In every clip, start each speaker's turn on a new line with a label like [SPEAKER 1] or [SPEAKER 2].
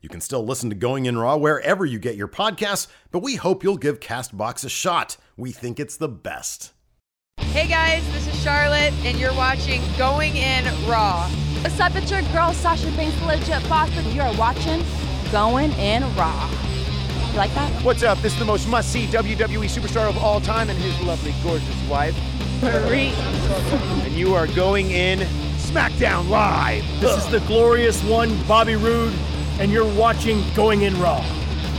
[SPEAKER 1] You can still listen to Going In Raw wherever you get your podcasts, but we hope you'll give Castbox a shot. We think it's the best.
[SPEAKER 2] Hey guys, this is Charlotte, and you're watching Going In Raw.
[SPEAKER 3] What's up? It's your girl Sasha Banks, the legit boss, and you're watching Going In Raw. You like that?
[SPEAKER 4] What's up? This is the most must see WWE E superstar of all time and his lovely, gorgeous wife.
[SPEAKER 3] Marie.
[SPEAKER 4] And you are going in SmackDown Live.
[SPEAKER 5] This is the glorious one, Bobby Roode, and you're watching Going In Raw.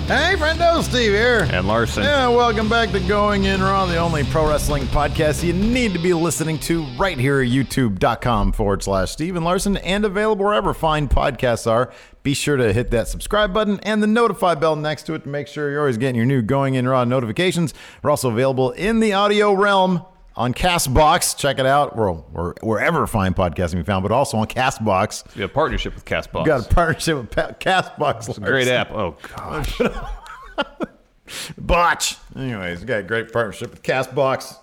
[SPEAKER 6] Hey, friendo, Steve here.
[SPEAKER 7] And Larson.
[SPEAKER 6] Yeah, welcome back to Going In Raw, the only pro wrestling podcast you need to be listening to right here at youtube.com forward slash Steve and Larson and available wherever fine podcasts are. Be sure to hit that subscribe button and the notify bell next to it to make sure you're always getting your new Going In Raw notifications. We're also available in the audio realm on Castbox. Check it out. We're, we're wherever fine podcasts can be found, but also on Castbox.
[SPEAKER 7] We have a partnership with Castbox.
[SPEAKER 6] We got a partnership with pa- Castbox.
[SPEAKER 7] It's a great app. Oh gosh.
[SPEAKER 6] Botch. Anyways, we got a great partnership with Castbox.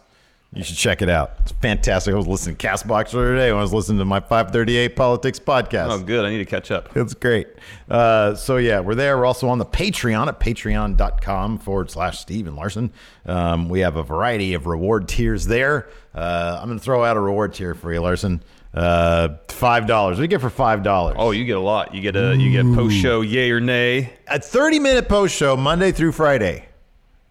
[SPEAKER 6] You should check it out. It's fantastic. I was listening to Castbox the other day when I was listening to my 538 Politics podcast.
[SPEAKER 7] Oh, good. I need to catch up.
[SPEAKER 6] It's great. Uh, so, yeah, we're there. We're also on the Patreon at patreon.com forward slash Steven Larson. Um, we have a variety of reward tiers there. Uh, I'm going to throw out a reward tier for you, Larson. Uh, five dollars. We get for five dollars.
[SPEAKER 7] Oh, you get a lot. You get a you get post show yay or nay.
[SPEAKER 6] A 30 minute post show Monday through Friday.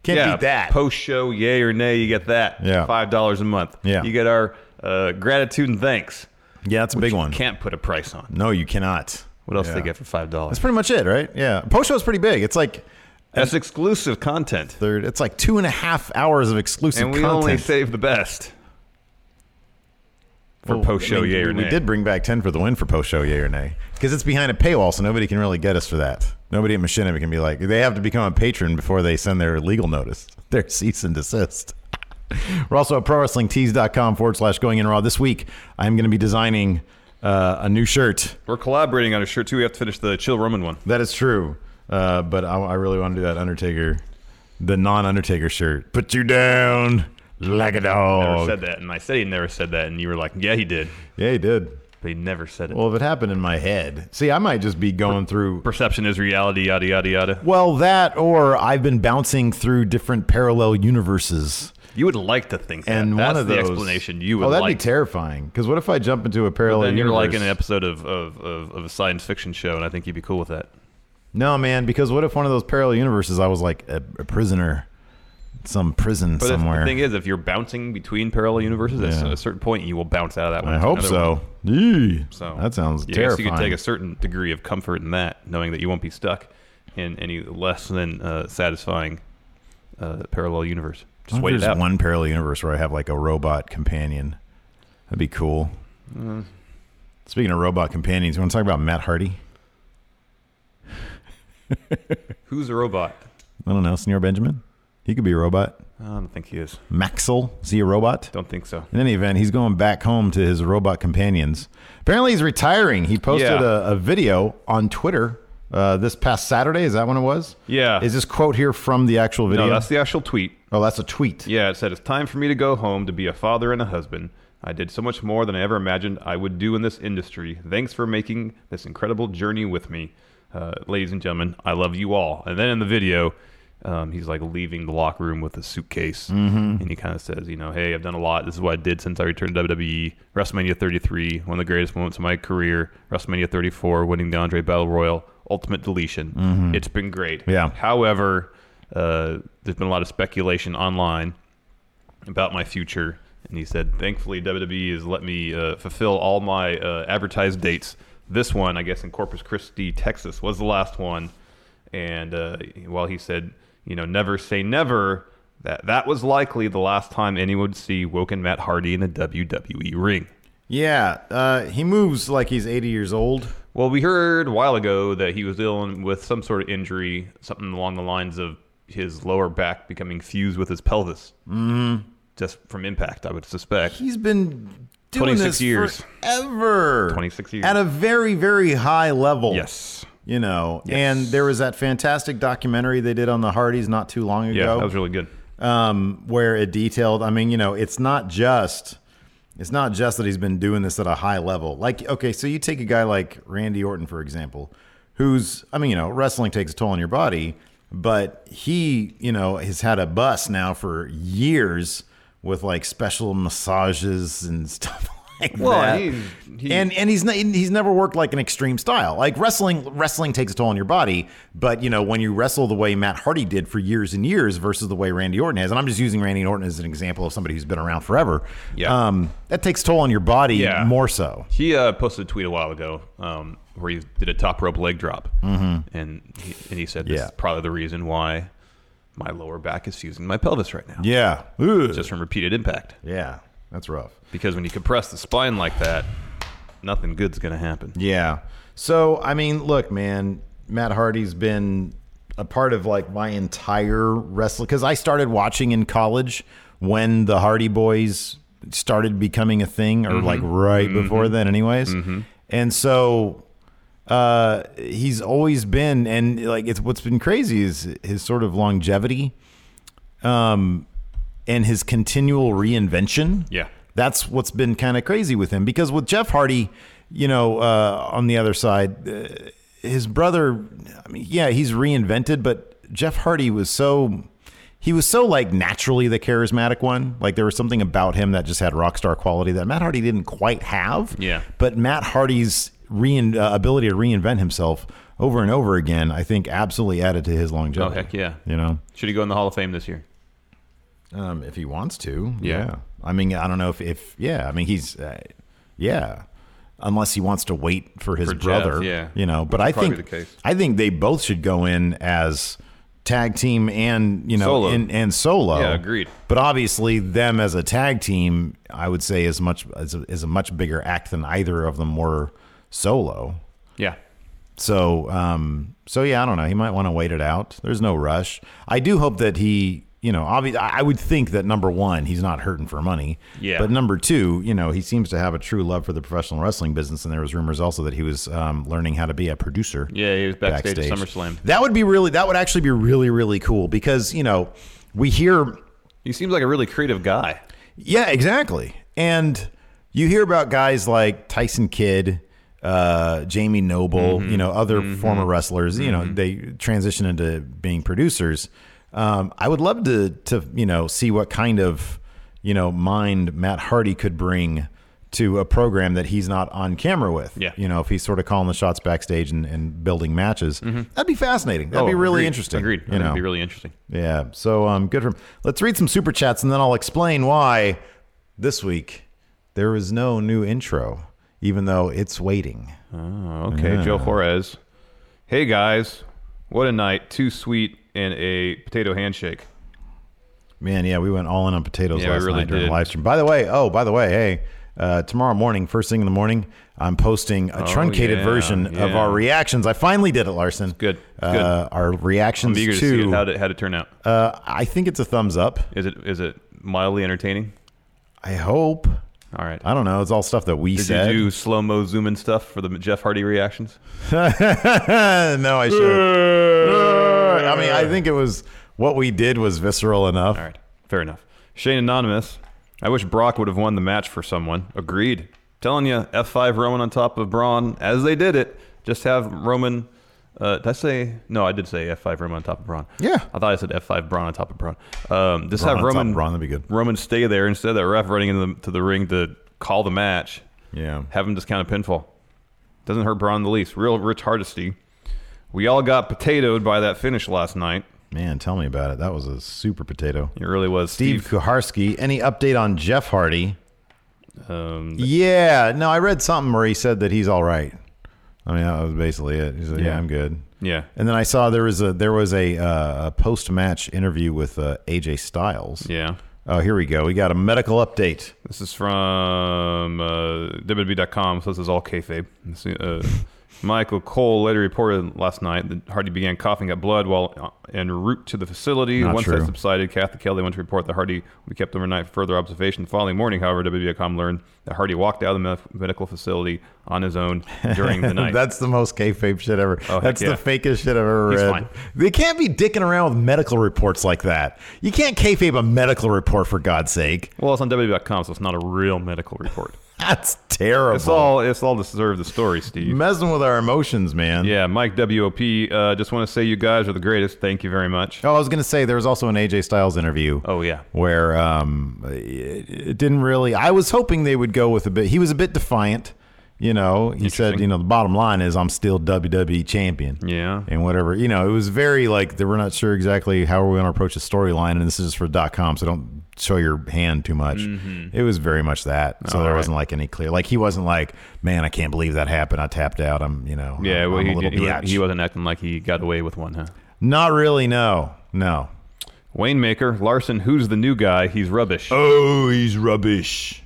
[SPEAKER 6] Can't
[SPEAKER 7] yeah,
[SPEAKER 6] beat that.
[SPEAKER 7] Post show yay or nay. You get that.
[SPEAKER 6] Yeah.
[SPEAKER 7] Five dollars a month.
[SPEAKER 6] Yeah.
[SPEAKER 7] You get our uh, gratitude and thanks.
[SPEAKER 6] yeah, that's a big one.
[SPEAKER 7] Can't put a price on.
[SPEAKER 6] No, you cannot.
[SPEAKER 7] What else do
[SPEAKER 6] Yeah.
[SPEAKER 7] they get for five
[SPEAKER 6] That's
[SPEAKER 7] dollars?
[SPEAKER 6] pretty much it, right? Yeah. Post show is pretty big. It's like
[SPEAKER 7] That's exclusive content,
[SPEAKER 6] third. It's like two and a half hours of exclusive
[SPEAKER 7] and we
[SPEAKER 6] content.
[SPEAKER 7] only save the best for
[SPEAKER 6] Well,
[SPEAKER 7] post show
[SPEAKER 6] I mean,
[SPEAKER 7] yay or
[SPEAKER 6] we
[SPEAKER 7] nay.
[SPEAKER 6] did bring back ten for the win for post show yay or nay because it's behind a paywall, so nobody can really get us for that. Nobody at Machinima can be like they have to become a patron before they send their legal notice, their cease and desist. We're also at prowrestlingtees.com forward slash going in raw. This week, I'm going to be designing uh, a new shirt.
[SPEAKER 7] We're collaborating on a shirt too. We have to finish the Chill Roman one.
[SPEAKER 6] That is true. Uh, but I, I really want to do that Undertaker, the non Undertaker shirt. Put you down like a
[SPEAKER 7] Never
[SPEAKER 6] dog.
[SPEAKER 7] said that, and I said he never said that, and you were like, "Yeah, he did,"
[SPEAKER 6] Yeah, he did.
[SPEAKER 7] but he never said it.
[SPEAKER 6] Well, if it happened in my head, see, I might just be going through.
[SPEAKER 7] Perception is reality, yada yada yada.
[SPEAKER 6] Well, that or I've been bouncing through different parallel universes,
[SPEAKER 7] You would like to think that.
[SPEAKER 6] and
[SPEAKER 7] That's
[SPEAKER 6] one of
[SPEAKER 7] the
[SPEAKER 6] those
[SPEAKER 7] explanation you would
[SPEAKER 6] Oh, that'd
[SPEAKER 7] like.
[SPEAKER 6] be terrifying. Because what if I jump into a parallel
[SPEAKER 7] Then you're
[SPEAKER 6] universe?
[SPEAKER 7] like in an episode of, of, of, of a science fiction show, and I think you'd be cool with that.
[SPEAKER 6] no, man. Because what if one of those parallel universes, I was like a, a prisoner, some prison
[SPEAKER 7] But if,
[SPEAKER 6] somewhere?
[SPEAKER 7] the thing is, if you're bouncing between parallel universes, at
[SPEAKER 6] Yeah.
[SPEAKER 7] a certain point, you will bounce out of that one.
[SPEAKER 6] I
[SPEAKER 7] to
[SPEAKER 6] hope
[SPEAKER 7] another
[SPEAKER 6] so.
[SPEAKER 7] one.
[SPEAKER 6] Eee,
[SPEAKER 7] So
[SPEAKER 6] that sounds
[SPEAKER 7] yeah, I guess
[SPEAKER 6] terrifying.
[SPEAKER 7] you could take a certain degree of comfort in that, knowing that you won't be stuck in any less than uh, satisfying uh, parallel universe.
[SPEAKER 6] I
[SPEAKER 7] Just
[SPEAKER 6] wonder
[SPEAKER 7] wait
[SPEAKER 6] if
[SPEAKER 7] it
[SPEAKER 6] there's
[SPEAKER 7] out.
[SPEAKER 6] one parallel universe where I have like a robot companion. That'd be cool.
[SPEAKER 7] Mm.
[SPEAKER 6] Speaking of robot companions, you want to talk about Matt Hardy?
[SPEAKER 7] Who's a robot?
[SPEAKER 6] I don't know, Senor Benjamin. He could be a robot.
[SPEAKER 7] I don't think he is.
[SPEAKER 6] Maxell, is he a robot?
[SPEAKER 7] Don't think so.
[SPEAKER 6] In any event, he's going back home to his robot companions. Apparently, he's retiring. He posted
[SPEAKER 7] Yeah.
[SPEAKER 6] a, a video on Twitter uh, this past Saturday. Is that when it was?
[SPEAKER 7] Yeah.
[SPEAKER 6] Is this quote here from the actual video?
[SPEAKER 7] No, that's the actual tweet.
[SPEAKER 6] oh, that's a tweet.
[SPEAKER 7] Yeah, it said, It's time for me to go home to be a father and a husband. I did so much more than I ever imagined I would do in this industry. Thanks for making this incredible journey with me. Uh, ladies and gentlemen, I love you all. And then in the video, um, he's like leaving the locker room with a suitcase. And he kind of says, You know, hey, I've done a lot. This is what I did since I returned to WWE. WrestleMania 33, one of the greatest moments of my career. WrestleMania 34, winning the Andre Battle Royal. Ultimate deletion. It's been great.
[SPEAKER 6] Yeah.
[SPEAKER 7] However, uh, there's been a lot of speculation online about my future. And he said, thankfully, WWE has let me uh, fulfill all my uh, advertised dates. This one, I guess, in Corpus Christi, Texas, was the last one. And uh, while he said, you know, never say never, that, that was likely the last time anyone would see Woken Matt Hardy in a WWE E ring.
[SPEAKER 6] Yeah. Uh, he moves like he's 80 years old.
[SPEAKER 7] Well, we heard a while ago that he was dealing with some sort of injury, something along the lines of his lower back becoming fused with his pelvis. Mm.
[SPEAKER 6] Mm-hmm.
[SPEAKER 7] Just from impact, I would suspect.
[SPEAKER 6] He's been doing
[SPEAKER 7] 26
[SPEAKER 6] this
[SPEAKER 7] years.
[SPEAKER 6] forever.
[SPEAKER 7] 26 years.
[SPEAKER 6] At a very, very high level.
[SPEAKER 7] Yes.
[SPEAKER 6] You know, and there was that fantastic documentary they did on the Hardys not too long ago.
[SPEAKER 7] Yeah, that was really good.
[SPEAKER 6] um, where it detailed. I mean, you know, it's not just it's not just that he's been doing this at a high level. Like, okay, so you take a guy like Randy Orton for example, who's I mean, you know, wrestling takes a toll on your body, but he, you know, has had a bus now for years with like special massages and stuff. Like
[SPEAKER 7] Well,
[SPEAKER 6] that.
[SPEAKER 7] he- he-
[SPEAKER 6] and and he's not, he's never worked like an extreme style. Like wrestling, wrestling takes a toll on your body. But you know when you wrestle the way Matt Hardy did for years and years versus the way Randy Orton has, and I'm just using Randy Orton as an example of somebody who's been around forever.
[SPEAKER 7] Yeah.
[SPEAKER 6] um, that takes a toll on your body
[SPEAKER 7] Yeah.
[SPEAKER 6] more so.
[SPEAKER 7] He uh, posted a tweet a while ago um, where he did a top rope leg drop, mm-hmm. and he, and he said this
[SPEAKER 6] Yeah.
[SPEAKER 7] is probably the reason why my lower back is fusing my pelvis right now.
[SPEAKER 6] Yeah, Ugh.
[SPEAKER 7] Just from repeated impact,
[SPEAKER 6] yeah, that's rough.
[SPEAKER 7] because when you compress the spine like that, nothing good's gonna happen.
[SPEAKER 6] Yeah. So I mean, look, man, Matt Hardy's been a part of like my entire wrestling because I started watching in college when the Hardy Boys started becoming a thing, or
[SPEAKER 7] Mm-hmm.
[SPEAKER 6] like right before then, anyways. And so uh, he's always been, and like it's what's been crazy is his sort of longevity, um, and his continual reinvention.
[SPEAKER 7] Yeah.
[SPEAKER 6] That's what's been kind of crazy with him because with Jeff Hardy, you know, uh, on the other side, uh, his brother, I mean, yeah, he's reinvented, but Jeff Hardy was so, he was so like naturally the charismatic one. Like there was something about him that just had rock star quality that Matt Hardy didn't quite have.
[SPEAKER 7] Yeah.
[SPEAKER 6] But Matt Hardy's rein, uh, ability to reinvent himself over and over again, I think absolutely added to his
[SPEAKER 7] Oh
[SPEAKER 6] longevity.
[SPEAKER 7] heck yeah!
[SPEAKER 6] You know?
[SPEAKER 7] Should he go in the Hall of Fame this year?
[SPEAKER 6] Um, if he wants to, yeah.
[SPEAKER 7] Yeah.
[SPEAKER 6] I mean, I don't know if, if yeah. I mean, he's uh, yeah. Unless he wants to wait for his
[SPEAKER 7] For Jeff,
[SPEAKER 6] brother,
[SPEAKER 7] yeah.
[SPEAKER 6] You know, but
[SPEAKER 7] Which
[SPEAKER 6] I
[SPEAKER 7] would probably
[SPEAKER 6] think
[SPEAKER 7] be the case.
[SPEAKER 6] I think they both should go in as tag team and you know
[SPEAKER 7] Solo.
[SPEAKER 6] And, and solo.
[SPEAKER 7] Yeah, agreed.
[SPEAKER 6] But obviously, them as a tag team, I would say is much is a, is a much bigger act than either of them were solo.
[SPEAKER 7] Yeah.
[SPEAKER 6] So, um, so yeah, I don't know. He might want to wait it out. There's no rush. I do hope that he, you know, obvi- I I would think that number one, he's not hurting for money.
[SPEAKER 7] Yeah.
[SPEAKER 6] But number two, you know, he seems to have a true love for the professional wrestling business, and there was rumors also that he was um, learning how to be a producer.
[SPEAKER 7] Yeah, he was backstage at SummerSlam.
[SPEAKER 6] That would be really. That would actually be really, really cool because you know we hear
[SPEAKER 7] He seems like a really creative guy.
[SPEAKER 6] yeah, exactly. And you hear about guys like Tyson Kidd, uh, Jamie Noble,
[SPEAKER 7] Mm-hmm.
[SPEAKER 6] you know, other former wrestlers. You know, they transition into being producers. Um, I would love to to you know see what kind of you know mind Matt Hardy could bring to a program that he's not on camera with.
[SPEAKER 7] Yeah.
[SPEAKER 6] you know, if he's sort of calling the shots backstage and, and building matches, that'd be fascinating. That'd be really
[SPEAKER 7] Mm-hmm. Oh, agreed.
[SPEAKER 6] interesting.
[SPEAKER 7] Agreed.
[SPEAKER 6] You know,
[SPEAKER 7] That'd be really interesting.
[SPEAKER 6] yeah. So um, good for him. Let's read some super chats and then I'll explain why this week there is no new intro, even though it's waiting.
[SPEAKER 7] Okay, Joe Flores. Hey guys, what a night! Two sweet and a potato handshake.
[SPEAKER 6] Man, yeah, we went all in on potatoes
[SPEAKER 7] Yeah, we
[SPEAKER 6] last
[SPEAKER 7] really
[SPEAKER 6] night during
[SPEAKER 7] did.
[SPEAKER 6] the live stream. By the way, oh, by the way, hey, uh, tomorrow morning, first thing in the morning, I'm posting a truncated
[SPEAKER 7] Oh, yeah,
[SPEAKER 6] version of
[SPEAKER 7] yeah.
[SPEAKER 6] our reactions. I finally did it, Larson.
[SPEAKER 7] Good,
[SPEAKER 6] Uh,
[SPEAKER 7] good.
[SPEAKER 6] our reactions
[SPEAKER 7] I'm eager to see it.
[SPEAKER 6] to.
[SPEAKER 7] How did, how did it turn out?
[SPEAKER 6] uh, I think it's a thumbs up.
[SPEAKER 7] Is it is it mildly entertaining?
[SPEAKER 6] I hope.
[SPEAKER 7] All right.
[SPEAKER 6] I don't know. It's all stuff that we
[SPEAKER 7] Did
[SPEAKER 6] said.
[SPEAKER 7] you do slow mo zoom in stuff for the Jeff Hardy reactions?
[SPEAKER 6] no, I should. I mean, I think it was what we did was visceral enough.
[SPEAKER 7] All right, fair enough. Shane Anonymous, I wish Brock would have won the match for someone. Agreed. Telling you, F5 Roman on top of Braun as they did it. Just have Roman. Uh, did I say no? I did say F5 Roman on top of Braun.
[SPEAKER 6] Yeah.
[SPEAKER 7] I thought I said F5 Braun on top of Braun. Um, just
[SPEAKER 6] Braun on top
[SPEAKER 7] have Roman.
[SPEAKER 6] of Braun, that'd be good.
[SPEAKER 7] Roman stay there instead of that ref running into the, to the ring to call the match.
[SPEAKER 6] Yeah.
[SPEAKER 7] Have him discount a pinfall. Doesn't hurt Braun the least. Real Rich Hardesty. We all got potatoed by that finish last night.
[SPEAKER 6] Man, tell me about it. That was a super potato.
[SPEAKER 7] It really was.
[SPEAKER 6] Steve Kuharski, any update on Jeff Hardy?
[SPEAKER 7] um,
[SPEAKER 6] Yeah, no, I read something where he said that he's all right. I mean, that was basically it. He said, "Yeah,
[SPEAKER 7] Yeah.
[SPEAKER 6] I'm good."
[SPEAKER 7] yeah.
[SPEAKER 6] And then I saw there was a there was a, uh, a post match interview with uh, AJ Styles.
[SPEAKER 7] Yeah.
[SPEAKER 6] Oh, here we go. We got a medical update.
[SPEAKER 7] This is from uh, WWE.com, so this is all kayfabe. This, uh, Michael Cole later reported last night that Hardy began coughing up blood while uh, en route to the facility.
[SPEAKER 6] Not
[SPEAKER 7] Once
[SPEAKER 6] true.
[SPEAKER 7] that subsided, Kathy Kelly went to report that Hardy would be kept overnight for further observation. The following morning, however, WWE.com learned that Hardy walked out of the me- medical facility on his own during the night.
[SPEAKER 6] That's the most kayfabe shit ever.
[SPEAKER 7] Oh, heck
[SPEAKER 6] That's
[SPEAKER 7] yeah.
[SPEAKER 6] the fakest shit I've ever
[SPEAKER 7] He's
[SPEAKER 6] read.
[SPEAKER 7] fine.
[SPEAKER 6] They can't be dicking around with medical reports like that. You can't kayfabe a medical report for God's sake.
[SPEAKER 7] well, it's on WWE.com, so it's not a real medical report.
[SPEAKER 6] That's terrible.
[SPEAKER 7] it's all it's all to serve the story, Steve.
[SPEAKER 6] messing with our emotions, man.
[SPEAKER 7] yeah, Mike WOP. Uh, just want to say you guys are the greatest. Thank you very much.
[SPEAKER 6] Oh, I was gonna say there was also an AJ Styles interview.
[SPEAKER 7] Oh, yeah.
[SPEAKER 6] where um, it, it didn't really. I was hoping they would go with a bit. He was a bit defiant. You know, he said,
[SPEAKER 7] Interesting.
[SPEAKER 6] you know, the bottom line is I'm still WWE champion.
[SPEAKER 7] Yeah.
[SPEAKER 6] and whatever. You know, it was very like they were not sure exactly how we're going to approach the storyline, and this is for .com, so don't show your hand too much.
[SPEAKER 7] Mm-hmm.
[SPEAKER 6] It was very much that. So there wasn't like any clear. Like he wasn't like, man, I can't believe that happened. I tapped out. I'm, you know,
[SPEAKER 7] Yeah,
[SPEAKER 6] I'm,
[SPEAKER 7] well,
[SPEAKER 6] I'm
[SPEAKER 7] he,
[SPEAKER 6] a little
[SPEAKER 7] he, wa-
[SPEAKER 6] biatch."
[SPEAKER 7] he wasn't acting like he got away with one, huh?
[SPEAKER 6] Not really. No, no.
[SPEAKER 7] Wayne Maker, Larson, who's the new guy? He's rubbish.
[SPEAKER 6] Oh, he's rubbish.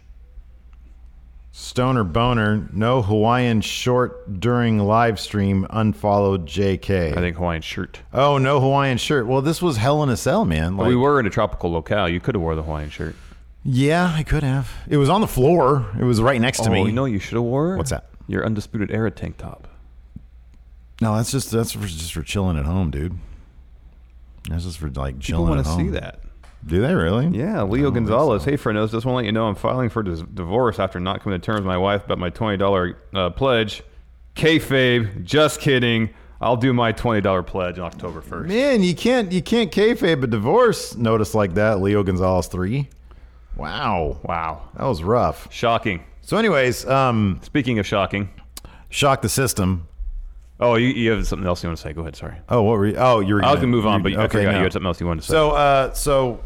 [SPEAKER 6] Stoner Boner, no Hawaiian short during live stream, unfollowed JK.
[SPEAKER 7] I think Hawaiian shirt.
[SPEAKER 6] oh, no Hawaiian shirt. Well, this was Hell in a Cell, man.
[SPEAKER 7] we
[SPEAKER 6] Like-
[SPEAKER 7] were in a tropical locale. You could have wore the Hawaiian shirt.
[SPEAKER 6] Yeah, I could have. It was on the floor. It was right next to me.
[SPEAKER 7] Oh, you know you should have wore?
[SPEAKER 6] What's that?
[SPEAKER 7] Your undisputed era tank top.
[SPEAKER 6] No, that's just that's for, just for chilling at home, dude. That's just for like
[SPEAKER 7] People
[SPEAKER 6] chilling
[SPEAKER 7] want
[SPEAKER 6] at
[SPEAKER 7] to
[SPEAKER 6] home.
[SPEAKER 7] see that.
[SPEAKER 6] Do they really?
[SPEAKER 7] Yeah, Leo Gonzalez. Hey, Frenos, just want to let you know I'm filing for dis- divorce after not coming to terms with my wife about my $20 uh, pledge. Kayfabe, just kidding. I'll do my $20 pledge on October 1st.
[SPEAKER 6] Man, you can't you can't kayfabe a divorce notice like that. Leo Gonzalez three. Wow,
[SPEAKER 7] Wow.
[SPEAKER 6] that was rough.
[SPEAKER 7] Shocking.
[SPEAKER 6] So, anyways, um,
[SPEAKER 7] Speaking of shocking,
[SPEAKER 6] shock the system.
[SPEAKER 7] oh, you, you have something else you want to say? Go ahead, sorry.
[SPEAKER 6] Oh, what were you? Oh, you were.
[SPEAKER 7] I was gonna move on, but I forgot
[SPEAKER 6] no.
[SPEAKER 7] you had something else you wanted to say.
[SPEAKER 6] So, uh, so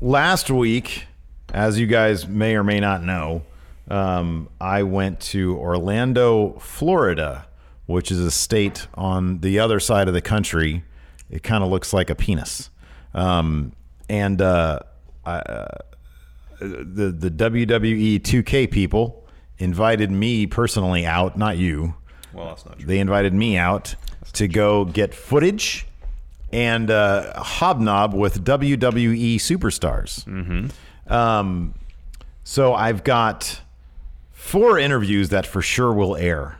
[SPEAKER 6] last week, as you guys may or may not know, um, I went to Orlando, Florida, which is a state on the other side of the country. It kind of looks like a penis, um, and uh, I, uh, the the WWE 2K people invited me personally out, not you.
[SPEAKER 7] well, that's not true.
[SPEAKER 6] They invited me out to go get footage and uh, hobnob with WWE superstars. Mm-hmm. Um, so I've got four interviews that for sure will air.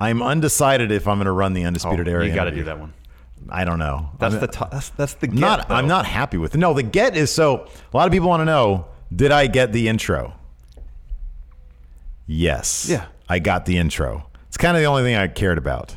[SPEAKER 6] I'm undecided if I'm going to run the undisputed era.
[SPEAKER 7] Oh, you got to
[SPEAKER 6] interview.
[SPEAKER 7] do that one.
[SPEAKER 6] I don't know.
[SPEAKER 7] That's
[SPEAKER 6] I'm-
[SPEAKER 7] the to- that's that's the get,
[SPEAKER 6] not.
[SPEAKER 7] though.
[SPEAKER 6] I'm not happy with it. No, the get is so. A lot of people want to know: Did I get the intro? Yes.
[SPEAKER 7] Yeah.
[SPEAKER 6] I got the intro. It's kind of the only thing I cared about.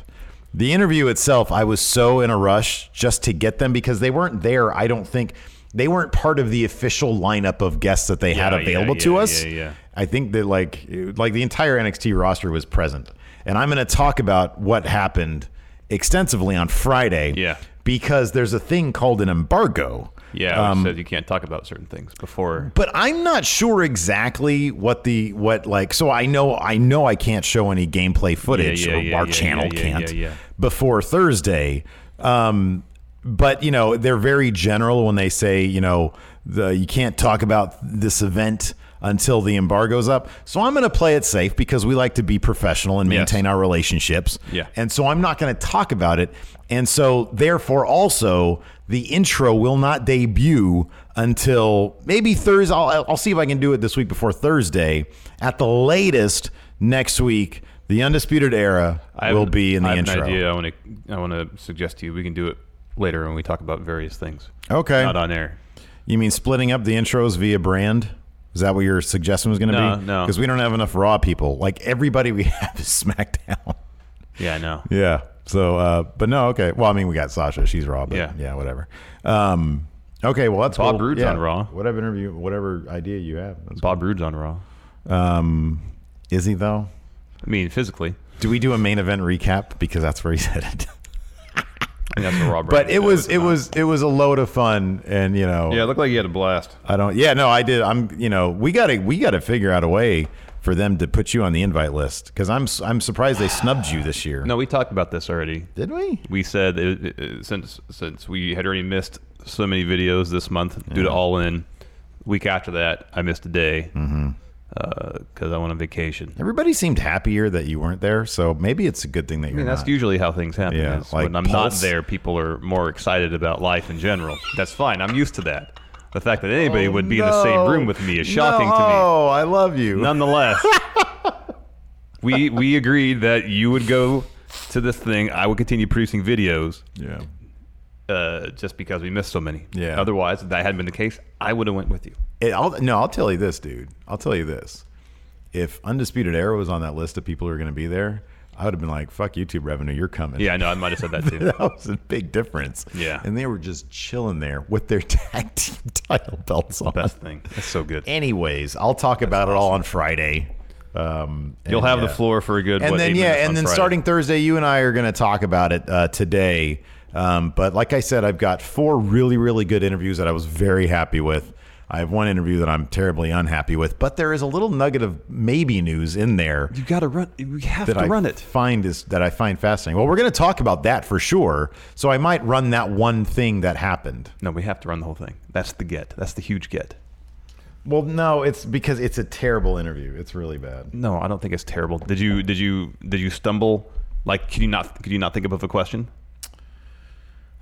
[SPEAKER 6] The interview itself, I was so in a rush just to get them because they weren't there. I don't think they weren't part of the official lineup of guests that they had
[SPEAKER 7] Yeah, yeah,
[SPEAKER 6] available to
[SPEAKER 7] yeah,
[SPEAKER 6] us.
[SPEAKER 7] yeah, yeah.
[SPEAKER 6] I think that like it- like the entire NXT roster was present, and I'm going to talk about what happened extensively on Friday.
[SPEAKER 7] Yeah.
[SPEAKER 6] because there's a thing called an embargo. Um,
[SPEAKER 7] Yeah, it says you can't talk about certain things before.
[SPEAKER 6] But I'm not sure exactly what the what like. So I know I know I can't show any gameplay footage.
[SPEAKER 7] Yeah, yeah,
[SPEAKER 6] or
[SPEAKER 7] yeah,
[SPEAKER 6] our
[SPEAKER 7] yeah,
[SPEAKER 6] channel
[SPEAKER 7] yeah, yeah,
[SPEAKER 6] can't
[SPEAKER 7] yeah, yeah.
[SPEAKER 6] before Thursday. Um, but you know they're very general when they say you know the you can't talk about this event until the embargo's up. So I'm going to play it safe because we like to be professional and
[SPEAKER 7] Yes.
[SPEAKER 6] maintain our relationships.
[SPEAKER 7] Yeah.
[SPEAKER 6] And so I'm not going to talk about it. And so therefore also the intro will not debut until maybe Thursday. I'll, I'll see if I can do it this week before Thursday. At the latest next week, the undisputed era
[SPEAKER 7] I
[SPEAKER 6] will
[SPEAKER 7] have-
[SPEAKER 6] be in the
[SPEAKER 7] I have
[SPEAKER 6] intro.
[SPEAKER 7] An idea. I want to. I want to suggest to you we can do it later when we talk about various things.
[SPEAKER 6] Okay.
[SPEAKER 7] Not on air.
[SPEAKER 6] You mean splitting up the intros via brand? Is that what your suggestion was going to
[SPEAKER 7] No,
[SPEAKER 6] be?
[SPEAKER 7] no.
[SPEAKER 6] Because we don't have enough Raw people. Like everybody we have is SmackDown.
[SPEAKER 7] Yeah, I know.
[SPEAKER 6] yeah. So, uh, but no, okay. Well, I mean, we got Sasha. She's Raw. But yeah.
[SPEAKER 7] Yeah.
[SPEAKER 6] Yeah. Whatever. Um, okay. Well, that's
[SPEAKER 7] Bob
[SPEAKER 6] cool.
[SPEAKER 7] Roode's
[SPEAKER 6] yeah.
[SPEAKER 7] on Raw.
[SPEAKER 6] Whatever interview, whatever idea you have. That's-
[SPEAKER 7] Bob Roode's on Raw.
[SPEAKER 6] Um, is he though?
[SPEAKER 7] I mean, physically.
[SPEAKER 6] Do we do a main event recap because that's where he's headed?
[SPEAKER 7] I think that's what Rob.
[SPEAKER 6] but
[SPEAKER 7] Reiner
[SPEAKER 6] it
[SPEAKER 7] said,
[SPEAKER 6] was it
[SPEAKER 7] not-
[SPEAKER 6] was it was a load of fun, and you know,
[SPEAKER 7] Yeah, it looked like he had a blast.
[SPEAKER 6] I don't. Yeah, no, I did. I'm. You know, we gotta we gotta figure out a way for them to put you on the invite list because I'm s- I'm surprised they snubbed you this year.
[SPEAKER 7] No, we talked about this already.
[SPEAKER 6] did we?
[SPEAKER 7] We said it, it- it- since since we had already missed so many videos this month due to All In. Week after that, I missed a day because
[SPEAKER 6] Mm-hmm.
[SPEAKER 7] I went on vacation.
[SPEAKER 6] Everybody seemed happier that you weren't there, so maybe it's a good thing that
[SPEAKER 7] I
[SPEAKER 6] you're
[SPEAKER 7] mean, that's
[SPEAKER 6] not.
[SPEAKER 7] usually how things happen.
[SPEAKER 6] Yeah,
[SPEAKER 7] is
[SPEAKER 6] like
[SPEAKER 7] when I'm
[SPEAKER 6] Pulse-
[SPEAKER 7] not there, people are more excited about life in general. That's fine. I'm used to that. The fact that anybody would be in the same room with me is shocking to
[SPEAKER 6] Oh, I love you.
[SPEAKER 7] me. Nonetheless, we we agreed that you would go to this thing. I would continue producing videos
[SPEAKER 6] Yeah.
[SPEAKER 7] uh, just because we missed so many.
[SPEAKER 6] Yeah.
[SPEAKER 7] Otherwise, if that hadn't been the case, I would have went with you.
[SPEAKER 6] It, I'll, no, I'll tell you this, dude. I'll tell you this. If Undisputed Era was on that list of people who are going to be there, I would have been like, "Fuck YouTube revenue, you're coming."
[SPEAKER 7] Yeah, I know. I might have said that too.
[SPEAKER 6] that was a big difference.
[SPEAKER 7] Yeah.
[SPEAKER 6] and they were just chilling there with their tag team title belts on.
[SPEAKER 7] Best thing. That's so good.
[SPEAKER 6] Anyways, I'll talk about it all on Friday. Um, and
[SPEAKER 7] You'll have
[SPEAKER 6] yeah.
[SPEAKER 7] the floor for a good.
[SPEAKER 6] And
[SPEAKER 7] what,
[SPEAKER 6] then
[SPEAKER 7] eight
[SPEAKER 6] yeah,
[SPEAKER 7] minutes on
[SPEAKER 6] and then
[SPEAKER 7] Friday.
[SPEAKER 6] starting Thursday, you and I are going to talk about it uh, today. Um, but like I said, I've got four really really good interviews that I was very happy with. I have one interview that I'm terribly unhappy with, but there is a little nugget of maybe news in there
[SPEAKER 7] you got to run. We have
[SPEAKER 6] that
[SPEAKER 7] to
[SPEAKER 6] I
[SPEAKER 7] run it.
[SPEAKER 6] find is that I find fascinating. Well, we're going to talk about that for sure. So I might run that one thing that happened.
[SPEAKER 7] No, we have to run the whole thing. That's the get. That's the huge get.
[SPEAKER 6] Well, no, it's because it's a terrible interview. It's really bad.
[SPEAKER 7] No, I don't think it's terrible. Did you did you did you stumble? Like, could you not could you not think of a question?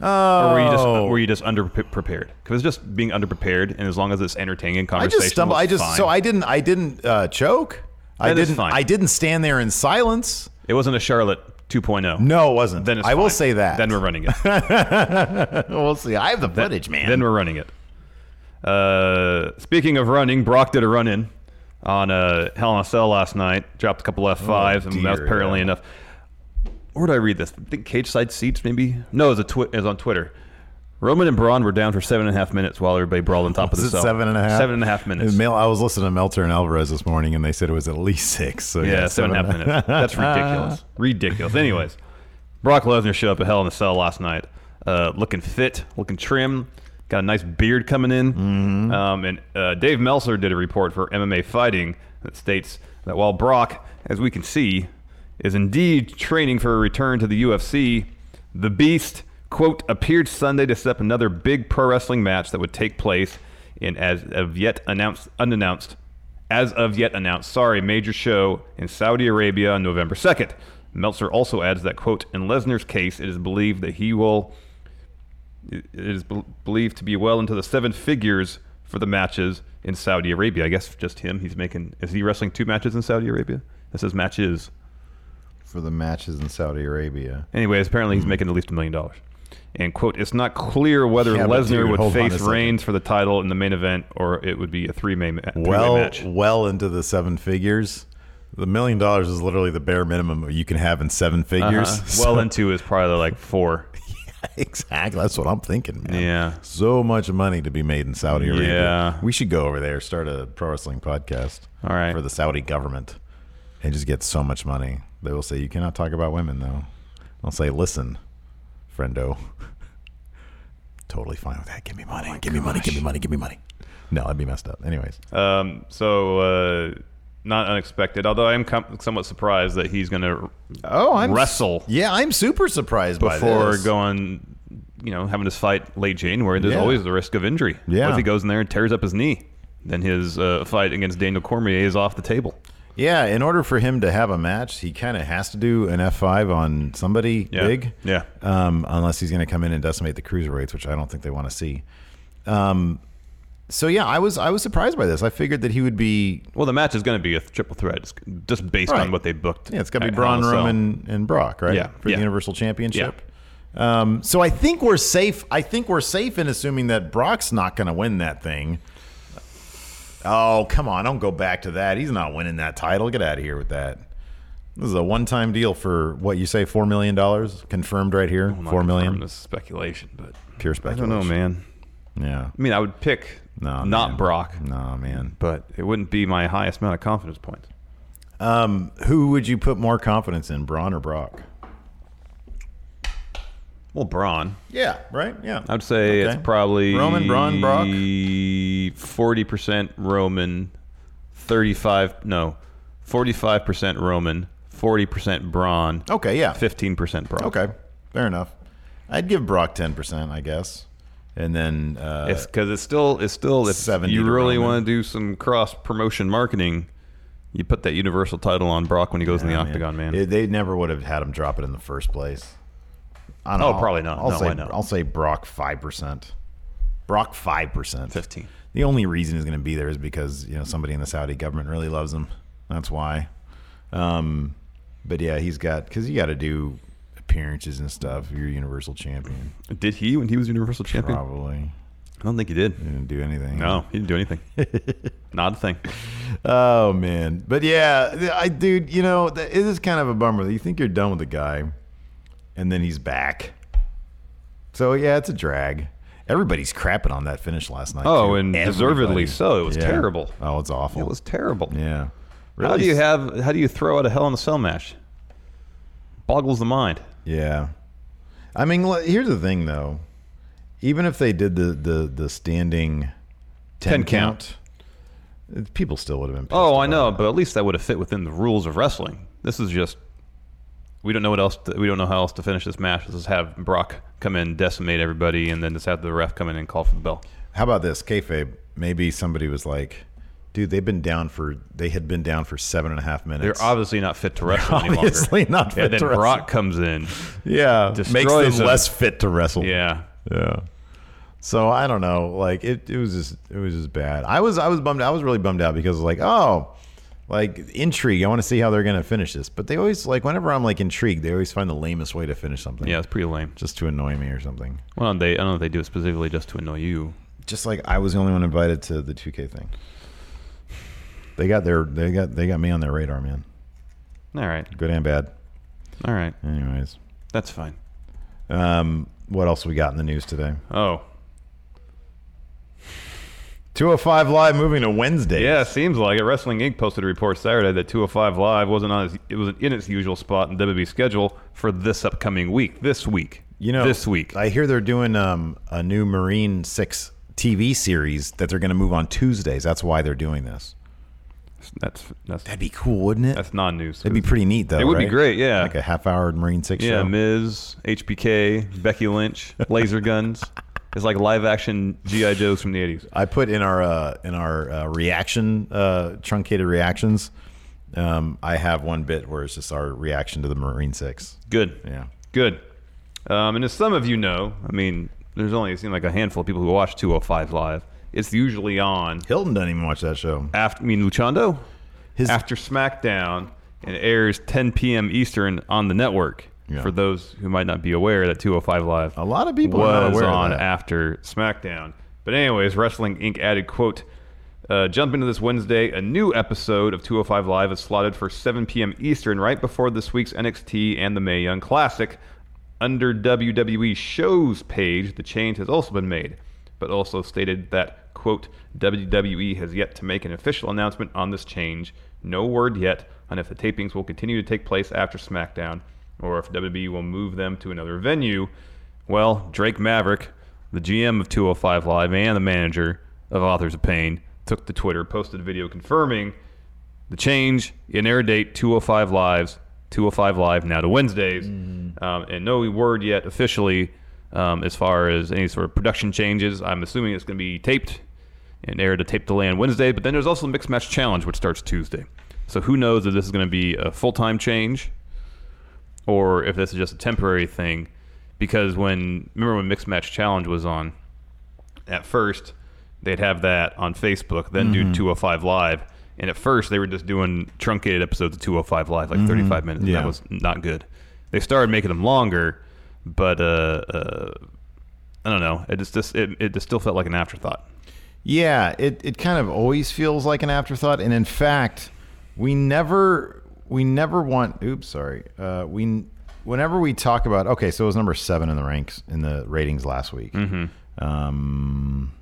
[SPEAKER 6] Oh,
[SPEAKER 7] Or were you just were you just underprepared? Because just being underprepared, and as long as it's entertaining
[SPEAKER 6] I
[SPEAKER 7] conversation,
[SPEAKER 6] just stumbled. I just so I didn't. I didn't uh, choke. I
[SPEAKER 7] That is
[SPEAKER 6] didn't.
[SPEAKER 7] fine.
[SPEAKER 6] I didn't stand there in silence.
[SPEAKER 7] it wasn't a Charlotte 2.0.
[SPEAKER 6] No, it wasn't.
[SPEAKER 7] then it's
[SPEAKER 6] I will
[SPEAKER 7] fine.
[SPEAKER 6] say that.
[SPEAKER 7] Then we're running it.
[SPEAKER 6] we'll see. I have the footage, man.
[SPEAKER 7] Then we're running it. Uh, speaking of running, Brock did a run in on uh, Hell in a Cell last night. Dropped a couple F5s, and that was
[SPEAKER 6] Oh, dear,
[SPEAKER 7] apparently
[SPEAKER 6] yeah.
[SPEAKER 7] enough. Where did I read this? I think cage side seats, maybe? No, it was, a twi- it was on Twitter. Roman and Braun were down for seven and a half minutes while everybody brawled on top of
[SPEAKER 6] Was
[SPEAKER 7] the
[SPEAKER 6] it
[SPEAKER 7] cell.
[SPEAKER 6] seven and a half?
[SPEAKER 7] Seven and a half minutes.
[SPEAKER 6] Mel- I was listening to Melter and Alvarez this morning, and they said it was at least six. So yeah,
[SPEAKER 7] Yeah, seven and a half minutes. That's ridiculous. ridiculous. Anyways, Brock Lesnar showed up at Hell in a Cell last night, uh, looking fit, looking trim, got a nice beard coming in.
[SPEAKER 6] Mm-hmm.
[SPEAKER 7] Um, and uh, Dave Meltzer did a report for MMA Fighting that states that while Brock, as we can see, is indeed training for a return to the UFC, the Beast quote appeared Sunday to set up another big pro wrestling match that would take place in as of yet announced unannounced as of yet announced, sorry, major show in Saudi Arabia on November 2nd. Meltzer also adds that, quote, in Lesnar's case, it is believed that he will, it is bel- believed to be well into the seven figures for the matches in Saudi Arabia. I guess just him, he's making, is he wrestling two matches in Saudi Arabia? It says matches.
[SPEAKER 6] for the matches in Saudi Arabia.
[SPEAKER 7] Anyways, apparently
[SPEAKER 6] Hmm.
[SPEAKER 7] he's making at least a million dollars. And quote, it's not clear whether
[SPEAKER 6] Yeah, but
[SPEAKER 7] Lesnar
[SPEAKER 6] dude,
[SPEAKER 7] would
[SPEAKER 6] hold on a
[SPEAKER 7] face
[SPEAKER 6] second.
[SPEAKER 7] Reigns for the title in the main event, or it would be a three-way ma- three-way
[SPEAKER 6] Well,
[SPEAKER 7] match.
[SPEAKER 6] well into the seven figures. The million dollars is literally the bare minimum you can have in seven figures.
[SPEAKER 7] Uh-huh.
[SPEAKER 6] So-
[SPEAKER 7] Well into is probably like four.
[SPEAKER 6] exactly. That's what I'm thinking, man.
[SPEAKER 7] Yeah.
[SPEAKER 6] So much money to be made in Saudi Arabia.
[SPEAKER 7] Yeah.
[SPEAKER 6] We should go over there, start a pro wrestling podcast.
[SPEAKER 7] All right.
[SPEAKER 6] For the Saudi government. And just get so much money. They will say, you cannot talk about women, though. I'll say, listen, friendo. totally fine with that. Give
[SPEAKER 7] Oh
[SPEAKER 6] me money. give me money. Give me money. Give me money. No, that'd be messed up. Anyways.
[SPEAKER 7] Um, so uh, not unexpected, although I am com- somewhat surprised that he's uh, going to
[SPEAKER 6] oh, I'm
[SPEAKER 7] wrestle
[SPEAKER 6] Yeah, I'm super surprised by
[SPEAKER 7] before
[SPEAKER 6] this.
[SPEAKER 7] going, you know, having his fight late January. There's
[SPEAKER 6] Yeah.
[SPEAKER 7] always the risk of injury.
[SPEAKER 6] Yeah.
[SPEAKER 7] What if he goes in there and tears up his knee? Then his uh, fight against Daniel Cormier is off the table.
[SPEAKER 6] Yeah, in order for him to have a match, he kind of has to do an F5 on somebody
[SPEAKER 7] Yeah.
[SPEAKER 6] big.
[SPEAKER 7] Yeah.
[SPEAKER 6] Um, unless he's going to come in and decimate the cruiserweights, which I don't think they want to see. Um, so yeah, I was I was surprised by this. I figured that he would be
[SPEAKER 7] Well, the match is going to be a triple threat, it's just based
[SPEAKER 6] Right.
[SPEAKER 7] on what they booked.
[SPEAKER 6] yeah, it's got to be
[SPEAKER 7] at
[SPEAKER 6] Braun
[SPEAKER 7] Hell in a Cell.
[SPEAKER 6] Roman and Brock, right?
[SPEAKER 7] Yeah,
[SPEAKER 6] for
[SPEAKER 7] yeah.
[SPEAKER 6] the Universal Championship. Um, so I think we're safe. I think we're safe in assuming that Brock's not going to win that thing. Oh come on! Don't go back to that. He's not winning that title. Get out of here with that. This is a one-time deal for what you say, four million dollars confirmed right here.
[SPEAKER 7] I'm not
[SPEAKER 6] Four
[SPEAKER 7] confirming
[SPEAKER 6] million,
[SPEAKER 7] This is speculation, but
[SPEAKER 6] pure
[SPEAKER 7] I
[SPEAKER 6] speculation.
[SPEAKER 7] don't know, man.
[SPEAKER 6] Yeah,
[SPEAKER 7] I mean, I would pick
[SPEAKER 6] no,
[SPEAKER 7] not
[SPEAKER 6] man.
[SPEAKER 7] Brock,
[SPEAKER 6] No, man.
[SPEAKER 7] but it wouldn't be my highest amount of confidence points.
[SPEAKER 6] Um, who would you put more confidence in, Braun or Brock?
[SPEAKER 7] Well, Braun.
[SPEAKER 6] Yeah, right. Yeah,
[SPEAKER 7] I'd say
[SPEAKER 6] Okay.
[SPEAKER 7] it's probably
[SPEAKER 6] Roman, Braun, Brock?
[SPEAKER 7] Forty percent Roman, thirty-five no, forty-five percent Roman, forty percent Braun,
[SPEAKER 6] Okay, yeah.
[SPEAKER 7] fifteen percent Brock.
[SPEAKER 6] Okay, fair enough. I'd give Brock ten percent, I guess, and then uh,
[SPEAKER 7] because it's, 'cause it's still it's still if
[SPEAKER 6] 70
[SPEAKER 7] you
[SPEAKER 6] to
[SPEAKER 7] really
[SPEAKER 6] Roman.
[SPEAKER 7] want to do some cross promotion marketing, you put that Universal title on Brock when he goes in the
[SPEAKER 6] yeah,
[SPEAKER 7] octagon, man.
[SPEAKER 6] It- they never would have had him drop it in the first place. I don't
[SPEAKER 7] Oh,
[SPEAKER 6] know.
[SPEAKER 7] probably not.
[SPEAKER 6] I'll
[SPEAKER 7] No,
[SPEAKER 6] say
[SPEAKER 7] why not?
[SPEAKER 6] I'll say Brock five percent. Brock five percent.
[SPEAKER 7] Fifteen.
[SPEAKER 6] The only reason he's going to be there is because you know somebody in the Saudi government really loves him. That's why. Um, but yeah, he's got because you got to do appearances and stuff. You're a Universal Champion,
[SPEAKER 7] Did he when he was Universal Champion?
[SPEAKER 6] probably.
[SPEAKER 7] I don't think he did.
[SPEAKER 6] Didn't do anything.
[SPEAKER 7] No, he didn't do anything. Not a thing.
[SPEAKER 6] Oh man, but yeah, th- I dude, you know, th- it is kind of a bummer. that You think you're done with the guy, and then he's back. So yeah, it's a drag. Everybody's crapping on that finish last night.
[SPEAKER 7] Oh,
[SPEAKER 6] too.
[SPEAKER 7] and deservedly so. It was terrible.
[SPEAKER 6] Oh, it's awful.
[SPEAKER 7] It was terrible.
[SPEAKER 6] yeah.
[SPEAKER 7] How do you have? How do you throw out a Hell in a Cell match? Boggles the mind.
[SPEAKER 6] Yeah. I mean, l- here's the thing though. Even if they did the the the standing
[SPEAKER 7] 10
[SPEAKER 6] ten,
[SPEAKER 7] count.
[SPEAKER 6] count, people still would have been. pissed
[SPEAKER 7] Oh, I
[SPEAKER 6] about
[SPEAKER 7] know,
[SPEAKER 6] it.
[SPEAKER 7] but at least that would have fit within the rules of wrestling. This is just we don't know what else. To, we don't know how else to finish this match. Let's just have Brock come in, decimate everybody, and then just have the ref come in and call for the bell.
[SPEAKER 6] How about this, kayfabe? Maybe somebody was like, "Dude, they've been down for they had been down for seven and a half
[SPEAKER 7] They're
[SPEAKER 6] minutes.
[SPEAKER 7] obviously not fit to wrestle any longer.
[SPEAKER 6] obviously not fit
[SPEAKER 7] and then
[SPEAKER 6] to wrestle.
[SPEAKER 7] Brock comes in.
[SPEAKER 6] yeah, makes
[SPEAKER 7] destroys
[SPEAKER 6] them
[SPEAKER 7] them.
[SPEAKER 6] less fit to wrestle.
[SPEAKER 7] Yeah,
[SPEAKER 6] yeah. So I don't know. Like it, it was just it was just bad. I was I was bummed. I was really bummed out because like oh, like intrigue. I want to see how they're gonna finish this. But they always like whenever I'm like intrigued, they always find the lamest way to finish something.
[SPEAKER 7] yeah, it's pretty lame.
[SPEAKER 6] just to annoy me or something.
[SPEAKER 7] Well, they I don't know if they do it specifically just to annoy you.
[SPEAKER 6] just like I was the only one invited to the 2K thing. They got their they got they got me on their radar, man.
[SPEAKER 7] All right,
[SPEAKER 6] Good and bad.
[SPEAKER 7] all right,
[SPEAKER 6] Anyways,
[SPEAKER 7] that's fine.
[SPEAKER 6] um, what else we got in the news today?
[SPEAKER 7] Oh,
[SPEAKER 6] 205 live moving to Wednesday.
[SPEAKER 7] Yeah, seems like it. Wrestling Inc. posted a report Saturday that 205 Live wasn't on. Its, it was in its usual spot in WWE's schedule for this upcoming week. This week,
[SPEAKER 6] you know,
[SPEAKER 7] this week.
[SPEAKER 6] I hear they're doing um, a new Marine Six TV series that they're going to move on Tuesdays. That's why they're doing this.
[SPEAKER 7] that's that's
[SPEAKER 6] That'd be cool, wouldn't it?
[SPEAKER 7] that's non-news.
[SPEAKER 6] That'd be pretty neat, though.
[SPEAKER 7] It would be
[SPEAKER 6] right?
[SPEAKER 7] great, yeah.
[SPEAKER 6] like a half-hour Marine Six.
[SPEAKER 7] yeah,
[SPEAKER 6] show.
[SPEAKER 7] Miz, HBK, Becky Lynch, laser guns. It's like live action GI Joes from the 80s.
[SPEAKER 6] I put in our uh, in our uh, reaction uh, truncated reactions. Um, I have one bit where it's just our reaction to the Marine Six.
[SPEAKER 7] Good.
[SPEAKER 6] Yeah.
[SPEAKER 7] Good. Um, and as some of you know, I mean, there's only it seems like a handful of people who watch 205 Live. It's usually on
[SPEAKER 6] Hilton doesn't even watch that show.
[SPEAKER 7] after I mean Luchando
[SPEAKER 6] His-
[SPEAKER 7] after SmackDown and airs 10 p.m. Eastern on the network.
[SPEAKER 6] Yeah.
[SPEAKER 7] For those who might not be aware, that 205 Live
[SPEAKER 6] A lot of people
[SPEAKER 7] was
[SPEAKER 6] are not aware of
[SPEAKER 7] on
[SPEAKER 6] that.
[SPEAKER 7] after SmackDown. But anyways, Wrestling Inc. added quote. Uh, jump into this Wednesday. A new episode of 205 Live is slotted for 7 p.m. Eastern, right before this week's NXT and the Mae Young Classic. Under WWE shows page, the change has also been made, but also stated that, quote, WWE has yet to make an official announcement on this change. No word yet on if the tapings will continue to take place after SmackDown or if WWE will move them to another venue. Well, Drake Maverick, the GM of 205 Live and the manager of Authors of Pain, took to Twitter, posted a video confirming the change in air date 205 Lives, 205 Live now to Wednesdays. Um, and no word yet officially um, as far as any sort of production changes. I'm assuming it's going to be taped and air to tape delay on Wednesday. But then there's also the mixed match challenge, which starts Tuesday. So who knows if this is going to be a full time change or if this is just a temporary thing. Because when remember when mixed match challenge was on, at first they'd have that on Facebook, then do 205 live. And at first they were just doing truncated episodes of 205 live, like 35 minutes. and
[SPEAKER 6] Yeah.
[SPEAKER 7] That was not good. They started making them longer, but uh, uh, I don't know. It just, just it, it just still felt like an afterthought.
[SPEAKER 6] Yeah, it, it kind of always feels like an afterthought, and in fact, we never we never want. Oops, sorry. Uh, we whenever we talk about okay, so it was number seven in the ranks in the ratings last week.
[SPEAKER 7] Mm-hmm.
[SPEAKER 6] Um,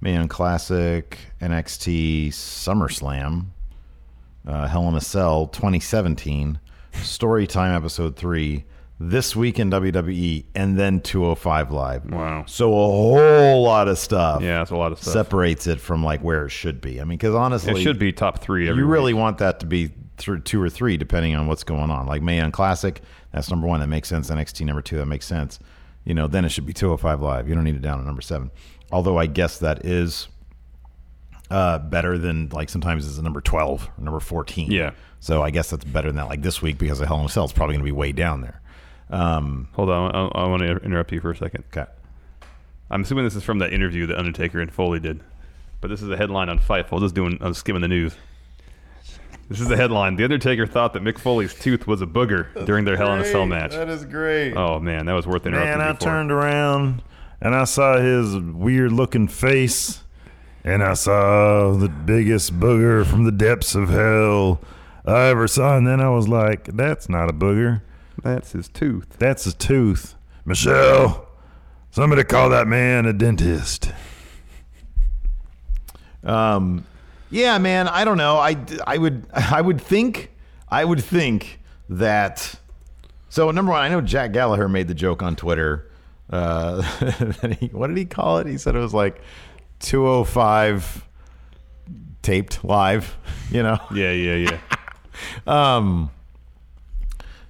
[SPEAKER 6] Man Classic, NXT, SummerSlam, uh, Hell in a Cell, 2017, Storytime Episode Three. This week in WWE, and then 205 Live.
[SPEAKER 7] Wow.
[SPEAKER 6] So a whole lot of stuff
[SPEAKER 7] Yeah, that's a lot of stuff.
[SPEAKER 6] separates it from like where it should be. I mean, because honestly,
[SPEAKER 7] It should be top three. Every
[SPEAKER 6] You really
[SPEAKER 7] week.
[SPEAKER 6] want that to be through two or three, depending on what's going on. Like Mayan Classic, that's number one. That makes sense. NXT number two. That makes sense. You know, then it should be 205 Live. You don't need it down at number seven. Although I guess that is uh, better than like sometimes it's a number 12 or number 14.
[SPEAKER 7] Yeah.
[SPEAKER 6] So I guess that's better than that. Like this week, because of Hell in a Cell, it's probably going to be way down there. Um,
[SPEAKER 7] Hold on, I, I want to interrupt you for a second.
[SPEAKER 6] okay.
[SPEAKER 7] I'm assuming this is from that interview that Undertaker and Foley did, but this is a headline on Fightful. Just doing, I'm skimming the news. This is the headline: The Undertaker thought that Mick Foley's tooth was a booger during their Hell in a Cell match.
[SPEAKER 6] is great.
[SPEAKER 7] Oh man, that was worth interrupting.
[SPEAKER 6] Man, I
[SPEAKER 7] before.
[SPEAKER 6] turned around and I saw his weird looking face, and I saw the biggest booger from the depths of hell I ever saw. And then I was like, that's not a booger,
[SPEAKER 7] That's his tooth.
[SPEAKER 6] that's a tooth. Michelle, somebody call that man a dentist. Um, yeah, man, I don't know. I, I would I would think I would think that. So number one, I know Jack Gallagher made the joke on Twitter. Uh, that he, what did he call it? He said it was like 205 taped live. You know.
[SPEAKER 7] Yeah, yeah, yeah.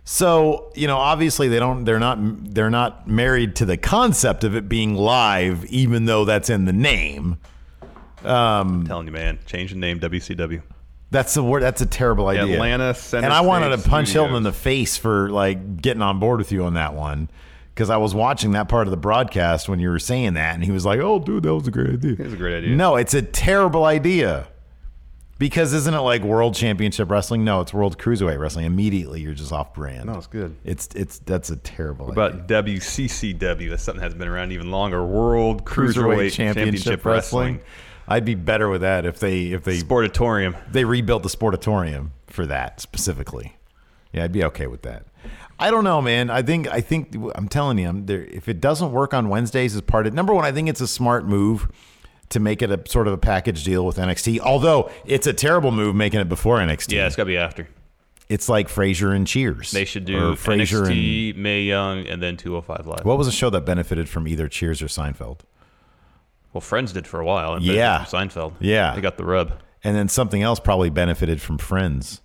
[SPEAKER 6] So you know, obviously they don't. They're not. They're not married to the concept of it being live, even though that's in the name.
[SPEAKER 7] I'm telling you, man. Change the name WCW.
[SPEAKER 6] That's the word. That's a terrible idea.
[SPEAKER 7] Atlanta Center
[SPEAKER 6] and I wanted to
[SPEAKER 7] Stage
[SPEAKER 6] punch
[SPEAKER 7] Studios.
[SPEAKER 6] Hilton in the face for like getting on board with you on that one because I was watching that part of the broadcast when you were saying that, and he was like, "Oh, dude, that was a great idea." It
[SPEAKER 7] was a great idea.
[SPEAKER 6] No, it's a terrible idea because isn't it like World Championship Wrestling? No, it's World Cruiserweight Wrestling. Immediately, you're just off brand.
[SPEAKER 7] No, it's good.
[SPEAKER 6] It's it's that's a terrible. idea.
[SPEAKER 7] But WCCW, that's something that's been around even longer. World Cruiserweight, Championship, Wrestling.
[SPEAKER 6] I'd be better with that if they if they
[SPEAKER 7] Sportatorium.
[SPEAKER 6] they rebuilt the sportatorium for that specifically. Yeah, I'd be okay with that. I don't know, man. I think I think I'm telling you, I'm there, if it doesn't work on Wednesdays as part of number one, I think it's a smart move to make it a sort of a package deal with NXT. Although it's a terrible move making it before NXT.
[SPEAKER 7] Yeah, it's got to be after.
[SPEAKER 6] it's like Frasier and Cheers.
[SPEAKER 7] They should
[SPEAKER 6] Or
[SPEAKER 7] do
[SPEAKER 6] Frasier and
[SPEAKER 7] NXT, May Young, and then 205 Live.
[SPEAKER 6] what was a show that benefited from either Cheers or Seinfeld?
[SPEAKER 7] Well, Friends did for a while. And
[SPEAKER 6] Yeah.
[SPEAKER 7] Seinfeld.
[SPEAKER 6] Yeah.
[SPEAKER 7] They got the rub.
[SPEAKER 6] And then something else probably benefited from Friends.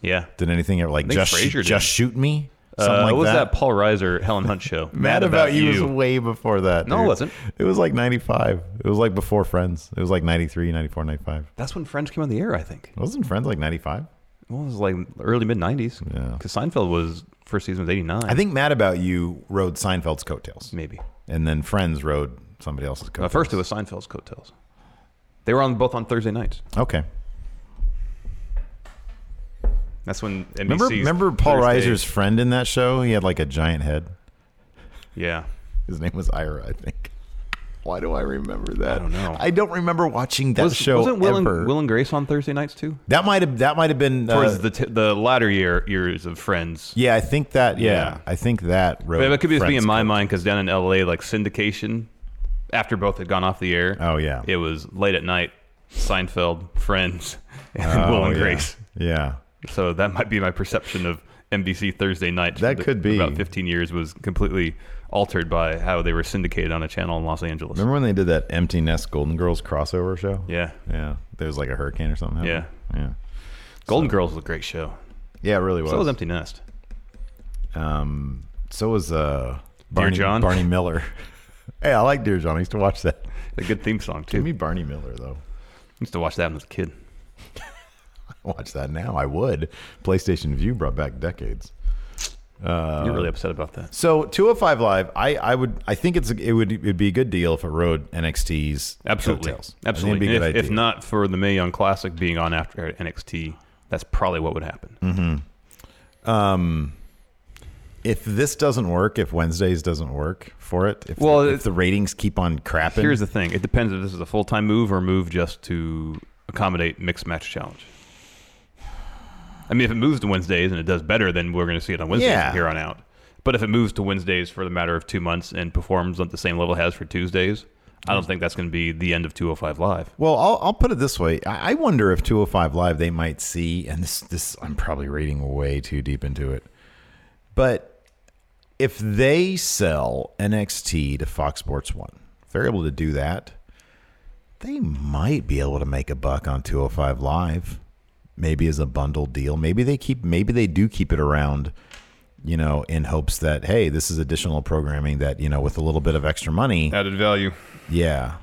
[SPEAKER 7] Yeah.
[SPEAKER 6] Did anything ever like
[SPEAKER 7] think
[SPEAKER 6] just
[SPEAKER 7] Frasier did.
[SPEAKER 6] just shoot me?
[SPEAKER 7] Uh,
[SPEAKER 6] Something like
[SPEAKER 7] what was
[SPEAKER 6] that.
[SPEAKER 7] that? Paul Reiser, Helen Hunt show?
[SPEAKER 6] Mad About, You was way before that.
[SPEAKER 7] No, it
[SPEAKER 6] dude.
[SPEAKER 7] wasn't.
[SPEAKER 6] It was like 95. It was like before Friends. It was like 93, 94, 95.
[SPEAKER 7] That's when Friends came on the air, I think.
[SPEAKER 6] Wasn't Friends like 95?
[SPEAKER 7] Well, it was like early mid 90s.
[SPEAKER 6] Yeah.
[SPEAKER 7] Because Seinfeld was, first season was 89.
[SPEAKER 6] I think Mad About You rode Seinfeld's coattails.
[SPEAKER 7] Maybe.
[SPEAKER 6] And then Friends rode somebody else's coattails.
[SPEAKER 7] At first, it was Seinfeld's coattails. They were on both on Thursday nights.
[SPEAKER 6] Okay.
[SPEAKER 7] That's when NBC's
[SPEAKER 6] Remember, remember Paul
[SPEAKER 7] Thursday-
[SPEAKER 6] Reiser's friend in that show? He had like a giant head.
[SPEAKER 7] Yeah.
[SPEAKER 6] His name was Ira, I think. Why do I remember that? I
[SPEAKER 7] don't know.
[SPEAKER 6] I don't remember watching that
[SPEAKER 7] Was,
[SPEAKER 6] show
[SPEAKER 7] wasn't Will and,
[SPEAKER 6] ever.
[SPEAKER 7] Will and Grace on Thursday nights too?
[SPEAKER 6] that might have that might have been uh,
[SPEAKER 7] Towards the t- the latter year years of Friends.
[SPEAKER 6] Yeah, I think that. Yeah,
[SPEAKER 7] Yeah.
[SPEAKER 6] I think that. Rode
[SPEAKER 7] But it could just be
[SPEAKER 6] Friends
[SPEAKER 7] in my mind because down in LA, like syndication, after both had gone off the air.
[SPEAKER 6] Oh, yeah.
[SPEAKER 7] It was late at night. Seinfeld, Friends, and
[SPEAKER 6] Oh,
[SPEAKER 7] Will and
[SPEAKER 6] yeah.
[SPEAKER 7] Grace.
[SPEAKER 6] Yeah.
[SPEAKER 7] So that might be my perception of NBC Thursday night.
[SPEAKER 6] That
[SPEAKER 7] th-
[SPEAKER 6] could be.
[SPEAKER 7] about 15 years was completely altered by how they were syndicated on a channel in Los Angeles.
[SPEAKER 6] Remember when they did that Empty Nest Golden Girls crossover show?
[SPEAKER 7] Yeah.
[SPEAKER 6] Yeah. There was like a hurricane or something. happened? Yeah.
[SPEAKER 7] Golden Girls was a great show.
[SPEAKER 6] Yeah, it really was.
[SPEAKER 7] So was Empty Nest.
[SPEAKER 6] Um, so was uh,
[SPEAKER 7] Dear
[SPEAKER 6] Barney,
[SPEAKER 7] John?
[SPEAKER 6] Barney Miller. hey, I like Dear John. I used to watch that.
[SPEAKER 7] A good theme song too.
[SPEAKER 6] Give me Barney Miller, though.
[SPEAKER 7] used to watch that when I was a kid.
[SPEAKER 6] Watch that now. I would. PlayStation View brought back decades. Uh,
[SPEAKER 7] You're really upset about that.
[SPEAKER 6] So 205 Live, I, I would I think it's a, it would it'd be a good deal if it rode NXT's
[SPEAKER 7] Absolutely.
[SPEAKER 6] coattails. I think it'd
[SPEAKER 7] Absolutely.
[SPEAKER 6] be a
[SPEAKER 7] And
[SPEAKER 6] good
[SPEAKER 7] If,
[SPEAKER 6] idea.
[SPEAKER 7] if not for the Mae Young Classic being on after NXT, that's probably what would happen.
[SPEAKER 6] Mm-hmm. if this doesn't work, if Wednesdays doesn't work for it, if,
[SPEAKER 7] Well,
[SPEAKER 6] the, if
[SPEAKER 7] it's-
[SPEAKER 6] the ratings keep on crapping,
[SPEAKER 7] Here's the thing it depends if this is a full time move or a move just to accommodate mixed match challenge. I mean, if it moves to Wednesdays and it does better, then we're going to see it on Wednesdays
[SPEAKER 6] Yeah.
[SPEAKER 7] from here on out. But if it moves to Wednesdays for the matter of two months and performs at the same level it has for Tuesdays, I
[SPEAKER 6] Mm.
[SPEAKER 7] don't think that's going to be the end of 205 Live.
[SPEAKER 6] Well, I'll, I'll put it this way. I, I wonder if 205 Live they might see, and this this I'm probably reading way too deep into it, but if they sell NXT to Fox Sports One, if they're able to do that, they might be able to make a buck on 205 Live. Maybe as a bundle deal. Maybe they keep. Maybe they do keep it around. You know, in hopes that hey, this is additional programming that you know with a little bit of extra money,
[SPEAKER 7] Added value,
[SPEAKER 6] yeah,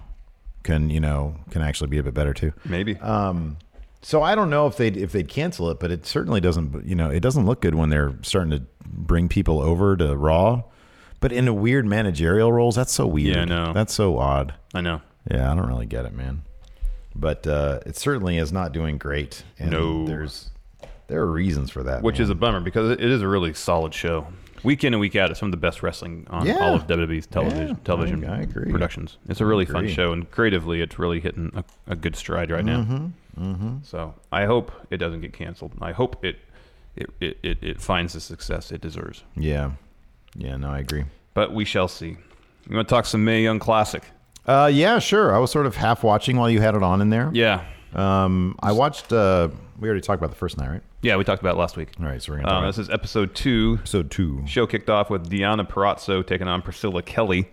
[SPEAKER 6] can you know can actually be a bit better too.
[SPEAKER 7] maybe.
[SPEAKER 6] So I don't know if they'd if they'd cancel it, but it certainly doesn't. You know, it doesn't look good when they're starting to bring people over to Raw, but in a weird managerial roles. That's so weird.
[SPEAKER 7] Yeah, I know.
[SPEAKER 6] That's so odd.
[SPEAKER 7] I know.
[SPEAKER 6] Yeah, I don't really get it, man. But uh, it certainly is not doing great. And
[SPEAKER 7] No.
[SPEAKER 6] there's there are reasons for that,
[SPEAKER 7] Which
[SPEAKER 6] man.
[SPEAKER 7] is a bummer because it is a really solid show. Week in and week out, it's some of the best wrestling on
[SPEAKER 6] Yeah.
[SPEAKER 7] all of WWE's television
[SPEAKER 6] Yeah,
[SPEAKER 7] television
[SPEAKER 6] I- I agree.
[SPEAKER 7] productions. It's a really fun
[SPEAKER 6] agree.
[SPEAKER 7] show, and creatively, it's really hitting a, a good stride right now. Mm-hmm. So I hope it doesn't get canceled. I hope it it, it, it it finds the success it deserves.
[SPEAKER 6] yeah, yeah. No, I agree.
[SPEAKER 7] But we shall see. You want to talk some May Young Classic?
[SPEAKER 6] Uh, yeah, sure. I was sort of half watching while you had it on in there.
[SPEAKER 7] Yeah,
[SPEAKER 6] Um, I watched. Uh, we already talked about the first night, right?
[SPEAKER 7] yeah. We talked about it last week.
[SPEAKER 6] All right, so we're gonna talk
[SPEAKER 7] Um,
[SPEAKER 6] about
[SPEAKER 7] this is episode two.
[SPEAKER 6] episode two.
[SPEAKER 7] Show kicked off with Deanna Perazzo taking on Priscilla Kelly.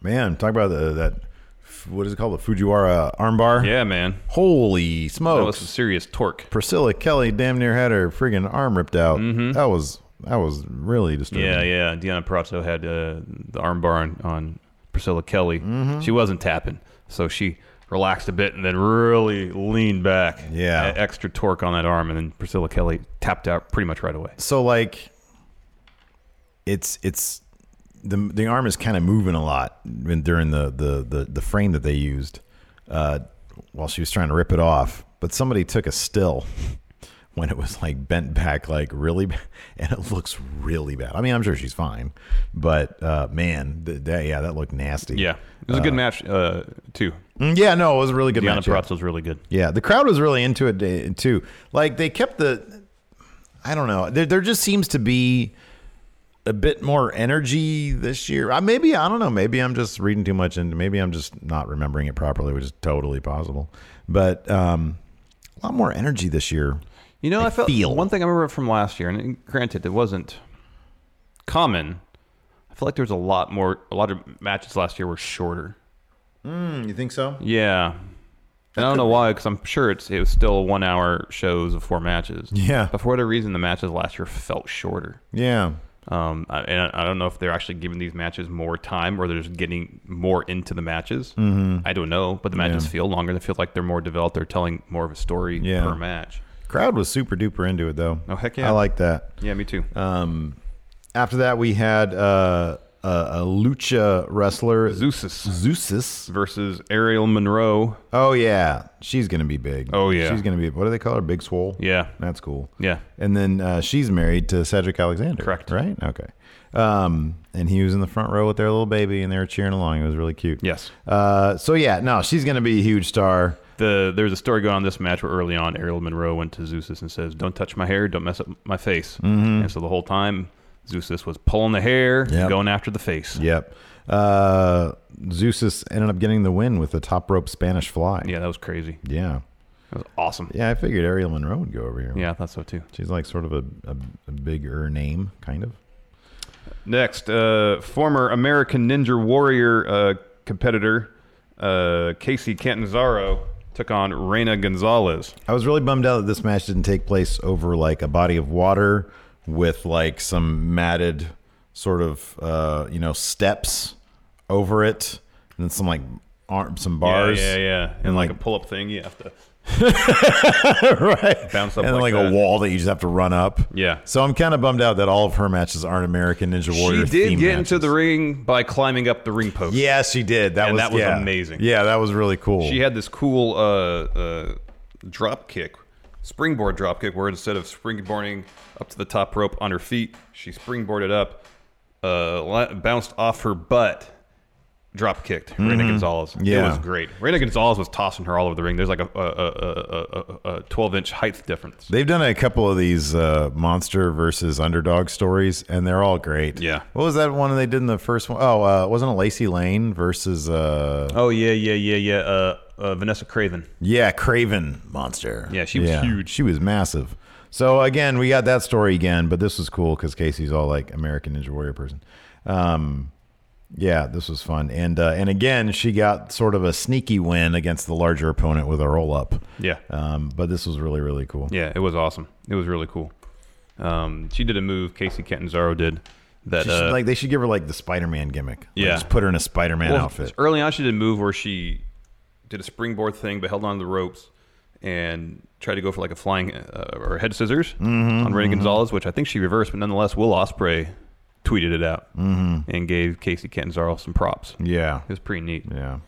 [SPEAKER 6] Man, talk about the, that. f- What is it called? The Fujiwara armbar.
[SPEAKER 7] Yeah, man.
[SPEAKER 6] Holy
[SPEAKER 7] That was
[SPEAKER 6] smokes!
[SPEAKER 7] some serious torque.
[SPEAKER 6] Priscilla Kelly damn near had her friggin' arm ripped out. That was that was really disturbing.
[SPEAKER 7] Mm-hmm. Yeah, yeah. Deanna Perazzo had uh, the armbar on, on Priscilla Kelly. She wasn't tapping, so she relaxed a bit and then really leaned back.
[SPEAKER 6] Yeah.
[SPEAKER 7] E- extra torque on that arm, and then Priscilla Kelly tapped out pretty much right away.
[SPEAKER 6] So like, it's it's the the arm is kind of moving a lot when- during the the the, the frame that they used uh, while she was trying to rip it off. But somebody took a still when it was like bent back like really b- and it looks really bad i mean i'm sure she's fine but uh man th- that yeah that looked nasty
[SPEAKER 7] Yeah, it was a good match uh, too.
[SPEAKER 6] Mm, yeah no it was a really good
[SPEAKER 7] Deanna
[SPEAKER 6] match yeah.
[SPEAKER 7] Perazzo's really good.
[SPEAKER 6] Yeah, the crowd was really into it eh, too. Like they kept the, I don't know. There, there just seems to be a bit more energy this year. I, maybe I don't know. Maybe I'm just reading too much, and maybe I'm just not remembering it properly, which is totally possible. But um, a lot more energy this year.
[SPEAKER 7] You know, I,
[SPEAKER 6] I
[SPEAKER 7] felt
[SPEAKER 6] feel.
[SPEAKER 7] one thing I remember from last year, and granted, it wasn't common. I feel like there was a lot more. A lot of matches last year were shorter.
[SPEAKER 6] You think so?
[SPEAKER 7] Yeah. And I don't know why, because I'm sure it's it was still one hour shows of four matches.
[SPEAKER 6] Yeah.
[SPEAKER 7] But for whatever reason, the matches last year felt shorter.
[SPEAKER 6] Yeah.
[SPEAKER 7] Um, I- and I I don't know if they're actually giving these matches more time or they're just getting more into the matches.
[SPEAKER 6] Mm-hmm.
[SPEAKER 7] I don't know, but the matches feel longer. They feel like they're more developed. They're telling more of a story
[SPEAKER 6] Yeah.
[SPEAKER 7] per match.
[SPEAKER 6] Crowd was super duper into it though.
[SPEAKER 7] Oh, heck yeah.
[SPEAKER 6] I like that.
[SPEAKER 7] Yeah, me too.
[SPEAKER 6] Uh, After that, we had uh, a, a lucha wrestler
[SPEAKER 7] Zeusis
[SPEAKER 6] Zeusis.
[SPEAKER 7] versus Ariel Monroe.
[SPEAKER 6] Oh yeah, she's gonna be big.
[SPEAKER 7] Oh, yeah.
[SPEAKER 6] she's gonna be. What do they call her? Big swole.
[SPEAKER 7] Yeah.
[SPEAKER 6] that's cool.
[SPEAKER 7] Yeah.
[SPEAKER 6] and then uh, she's married to Cedric Alexander.
[SPEAKER 7] Correct.
[SPEAKER 6] Right. Okay. Um, and he was in the front row with their little baby, and they were cheering along. It was really cute.
[SPEAKER 7] Yes.
[SPEAKER 6] Uh, so yeah, no, she's gonna be a huge star.
[SPEAKER 7] The there's a story going on in this match where early on Ariel Monroe went to Zeus and says, "Don't touch my hair, don't mess up my face." And so the whole time Zeus was pulling the hair,
[SPEAKER 6] Mm-hmm. Yep.
[SPEAKER 7] going after the face.
[SPEAKER 6] Yep. Uh, Zeusis ended up getting the win with the top rope Spanish fly.
[SPEAKER 7] Yeah, that was crazy.
[SPEAKER 6] Yeah.
[SPEAKER 7] That was awesome. Yeah,
[SPEAKER 6] Yeah. I figured Ariel Monroe would go over here.
[SPEAKER 7] I thought so too.
[SPEAKER 6] She's like sort of a, a, a bigger name, kind of.
[SPEAKER 7] Next, uh, former American Ninja Warrior uh, competitor uh, Casey Catanzaro took on Reyna Gonzalez.
[SPEAKER 6] I was really bummed out that this match didn't take place over like a body of water with like some matted sort of uh, you know steps over it, and then some like arm, some
[SPEAKER 7] Yeah,
[SPEAKER 6] bars.
[SPEAKER 7] Yeah, yeah, and like,
[SPEAKER 6] like-
[SPEAKER 7] a pull-up thing. You have to.
[SPEAKER 6] right.
[SPEAKER 7] Bounce up
[SPEAKER 6] and
[SPEAKER 7] like
[SPEAKER 6] like,
[SPEAKER 7] that.
[SPEAKER 6] a wall that you just have to run up.
[SPEAKER 7] Yeah.
[SPEAKER 6] So I'm kind of bummed out that all of her matches aren't American Ninja Warrior.
[SPEAKER 7] She did
[SPEAKER 6] theme
[SPEAKER 7] get into
[SPEAKER 6] matches.
[SPEAKER 7] the ring by climbing up the ring post.
[SPEAKER 6] Yeah, she did. That
[SPEAKER 7] And
[SPEAKER 6] was
[SPEAKER 7] that was
[SPEAKER 6] yeah.
[SPEAKER 7] amazing.
[SPEAKER 6] Yeah, that was really cool.
[SPEAKER 7] She had this cool uh, uh, drop kick, springboard drop kick, where instead of springboarding up to the top rope on her feet, she springboarded up, uh, la- bounced off her butt, drop kicked Reina Gonzalez.
[SPEAKER 6] Mm-hmm. Yeah.
[SPEAKER 7] It was great. Reina Gonzalez was tossing her all over the ring. There's like a, a, a- a, a, a 12 inch height difference.
[SPEAKER 6] They've done a couple of these uh, monster versus underdog stories, and they're all great.
[SPEAKER 7] Yeah.
[SPEAKER 6] What was that one they did in the first one? Oh, uh, wasn't it Lacey Lane versus uh,
[SPEAKER 7] Oh, yeah, yeah, yeah, yeah. Uh, uh, Vanessa Craven.
[SPEAKER 6] yeah Craven Monster?
[SPEAKER 7] Yeah, she was huge.
[SPEAKER 6] She was massive. So again, we got that story again, but this was cool because Casey's all like American Ninja Warrior person. Um, yeah, this was fun, and uh, and again, she got sort of a sneaky win against the larger opponent with a roll up.
[SPEAKER 7] Yeah.
[SPEAKER 6] Um, but this was really really cool.
[SPEAKER 7] Yeah, it was awesome. It was really cool. Um, she did a move Casey Catanzaro did that
[SPEAKER 6] She should-
[SPEAKER 7] uh,
[SPEAKER 6] like they should give her like the Spider-Man gimmick. Like,
[SPEAKER 7] Yeah.
[SPEAKER 6] just put her in a Spider-Man
[SPEAKER 7] well,
[SPEAKER 6] outfit.
[SPEAKER 7] Early on, she did a move where she did a springboard thing but held on to the ropes and tried to go for like a flying uh, or head scissors
[SPEAKER 6] Mm-hmm,
[SPEAKER 7] on Renee Gonzalez, which I think she reversed, but nonetheless, Will Osprey tweeted it out and gave Casey Catanzaro some props. It
[SPEAKER 6] Mm-hmm. Yeah,
[SPEAKER 7] was pretty neat.
[SPEAKER 6] yeah.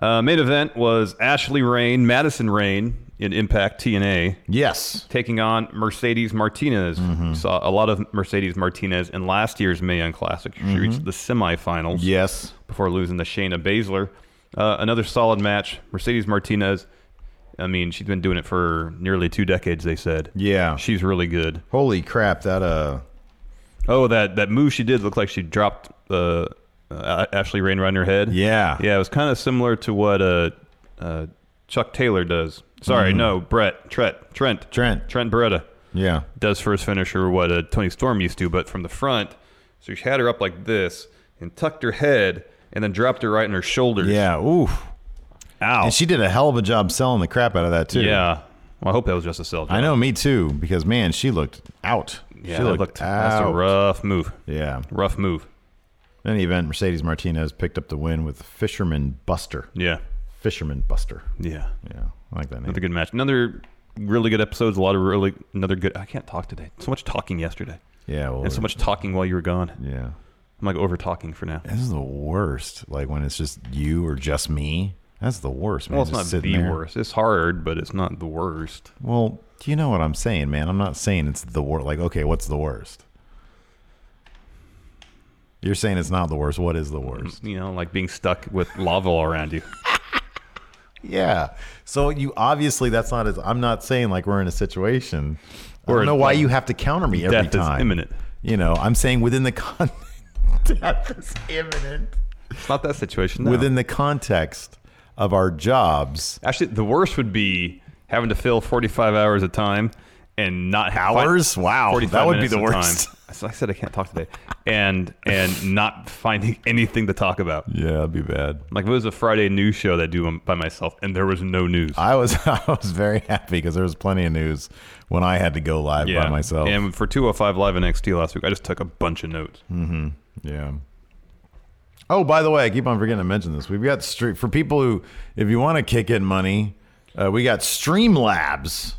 [SPEAKER 7] Uh, main event was Ashley Rain, Madison Rain in Impact TNA.
[SPEAKER 6] Yes,
[SPEAKER 7] taking on Mercedes Martinez.
[SPEAKER 6] Mm-hmm.
[SPEAKER 7] We saw a lot of Mercedes Martinez in last year's Mae Young Classic. She
[SPEAKER 6] Mm-hmm.
[SPEAKER 7] reached the semifinals
[SPEAKER 6] yes.
[SPEAKER 7] before losing to Shayna Baszler. Uh, another solid match. Mercedes Martinez, I mean, she's been doing it for nearly two decades, they said.
[SPEAKER 6] Yeah.
[SPEAKER 7] She's really good.
[SPEAKER 6] Holy crap! That uh,
[SPEAKER 7] Oh, that, that move she did looked like she dropped uh, uh, Ashley Rain around her head.
[SPEAKER 6] Yeah.
[SPEAKER 7] Yeah, it was kind of similar to what uh, uh, Chuck Taylor does. Sorry, no, Brett, Trent, Trent,
[SPEAKER 6] Mm-hmm. Trent.
[SPEAKER 7] Trent Beretta.
[SPEAKER 6] yeah,
[SPEAKER 7] does for his finisher what uh, Tony Storm used to, but from the front. So she had her up like this and tucked her head and then dropped her right on her shoulders.
[SPEAKER 6] yeah. Ooh,
[SPEAKER 7] Ow.
[SPEAKER 6] and she did a hell of a job selling the crap out of that too.
[SPEAKER 7] yeah. Well, I hope that was just a sell.
[SPEAKER 6] I know. Me too. Because man, she looked out.
[SPEAKER 7] Yeah,
[SPEAKER 6] she
[SPEAKER 7] that
[SPEAKER 6] looked,
[SPEAKER 7] looked- that's a
[SPEAKER 6] out.
[SPEAKER 7] rough move.
[SPEAKER 6] Yeah.
[SPEAKER 7] Rough move.
[SPEAKER 6] In any event, Mercedes Martinez picked up the win with Fisherman Buster.
[SPEAKER 7] Yeah.
[SPEAKER 6] Fisherman Buster.
[SPEAKER 7] Yeah.
[SPEAKER 6] Yeah, I like that name.
[SPEAKER 7] Another good match. Another really good episodes. A lot of really, another good. I can't talk today. So much talking yesterday
[SPEAKER 6] Yeah. Well,
[SPEAKER 7] and so much talking while you were gone.
[SPEAKER 6] Yeah.
[SPEAKER 7] I'm like over talking for now.
[SPEAKER 6] This is the worst. Like when it's just you or just me. That's the worst. Man.
[SPEAKER 7] Well, it's
[SPEAKER 6] Just
[SPEAKER 7] not the
[SPEAKER 6] sitting there.
[SPEAKER 7] worst. It's hard, but it's not the worst.
[SPEAKER 6] Well, do you know what I'm saying, man? I'm not saying it's the worst. Like, okay, what's the worst? You're saying it's not the worst. What is the worst?
[SPEAKER 7] You know, like being stuck with lava all around you.
[SPEAKER 6] Yeah. So you obviously that's not as I'm not saying like we're in a situation. I
[SPEAKER 7] Or-
[SPEAKER 6] don't know why you have to counter me every
[SPEAKER 7] Death is
[SPEAKER 6] time.
[SPEAKER 7] imminent.
[SPEAKER 6] You know, I'm saying within the con- death is imminent.
[SPEAKER 7] It's not that situation. no.
[SPEAKER 6] Within the context of our jobs.
[SPEAKER 7] Actually, the worst would be having to fill 45 hours of time and not fi-
[SPEAKER 6] Hours? Wow,
[SPEAKER 7] 45
[SPEAKER 6] that would be
[SPEAKER 7] minutes
[SPEAKER 6] the
[SPEAKER 7] of
[SPEAKER 6] worst.
[SPEAKER 7] time. So I said I can't talk today, and and not finding anything to talk about.
[SPEAKER 6] Yeah, that'd be bad.
[SPEAKER 7] Like if it was a Friday news show that I do by myself, and there was no news.
[SPEAKER 6] I was I was very happy because there was plenty of news when I had to go live by myself.
[SPEAKER 7] And for 205 Live and NXT last week, I just took a bunch of notes.
[SPEAKER 6] Hmm. Yeah. Oh, by the way, I keep on forgetting to mention this. We've got street for people who, if you want to kick in money, uh, we got Streamlabs.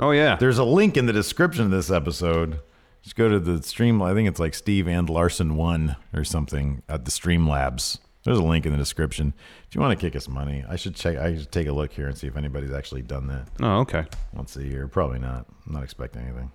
[SPEAKER 7] Oh yeah,
[SPEAKER 6] There's a link in the description of this episode. Just go to the stream. I think it's like Steve and Larson one or something at the Streamlabs. There's a link in the description. If you want to kick us money, I should check. I should take a look here and see if anybody's actually done that.
[SPEAKER 7] Oh okay.
[SPEAKER 6] Let's see here. Probably not. I'm not expecting anything.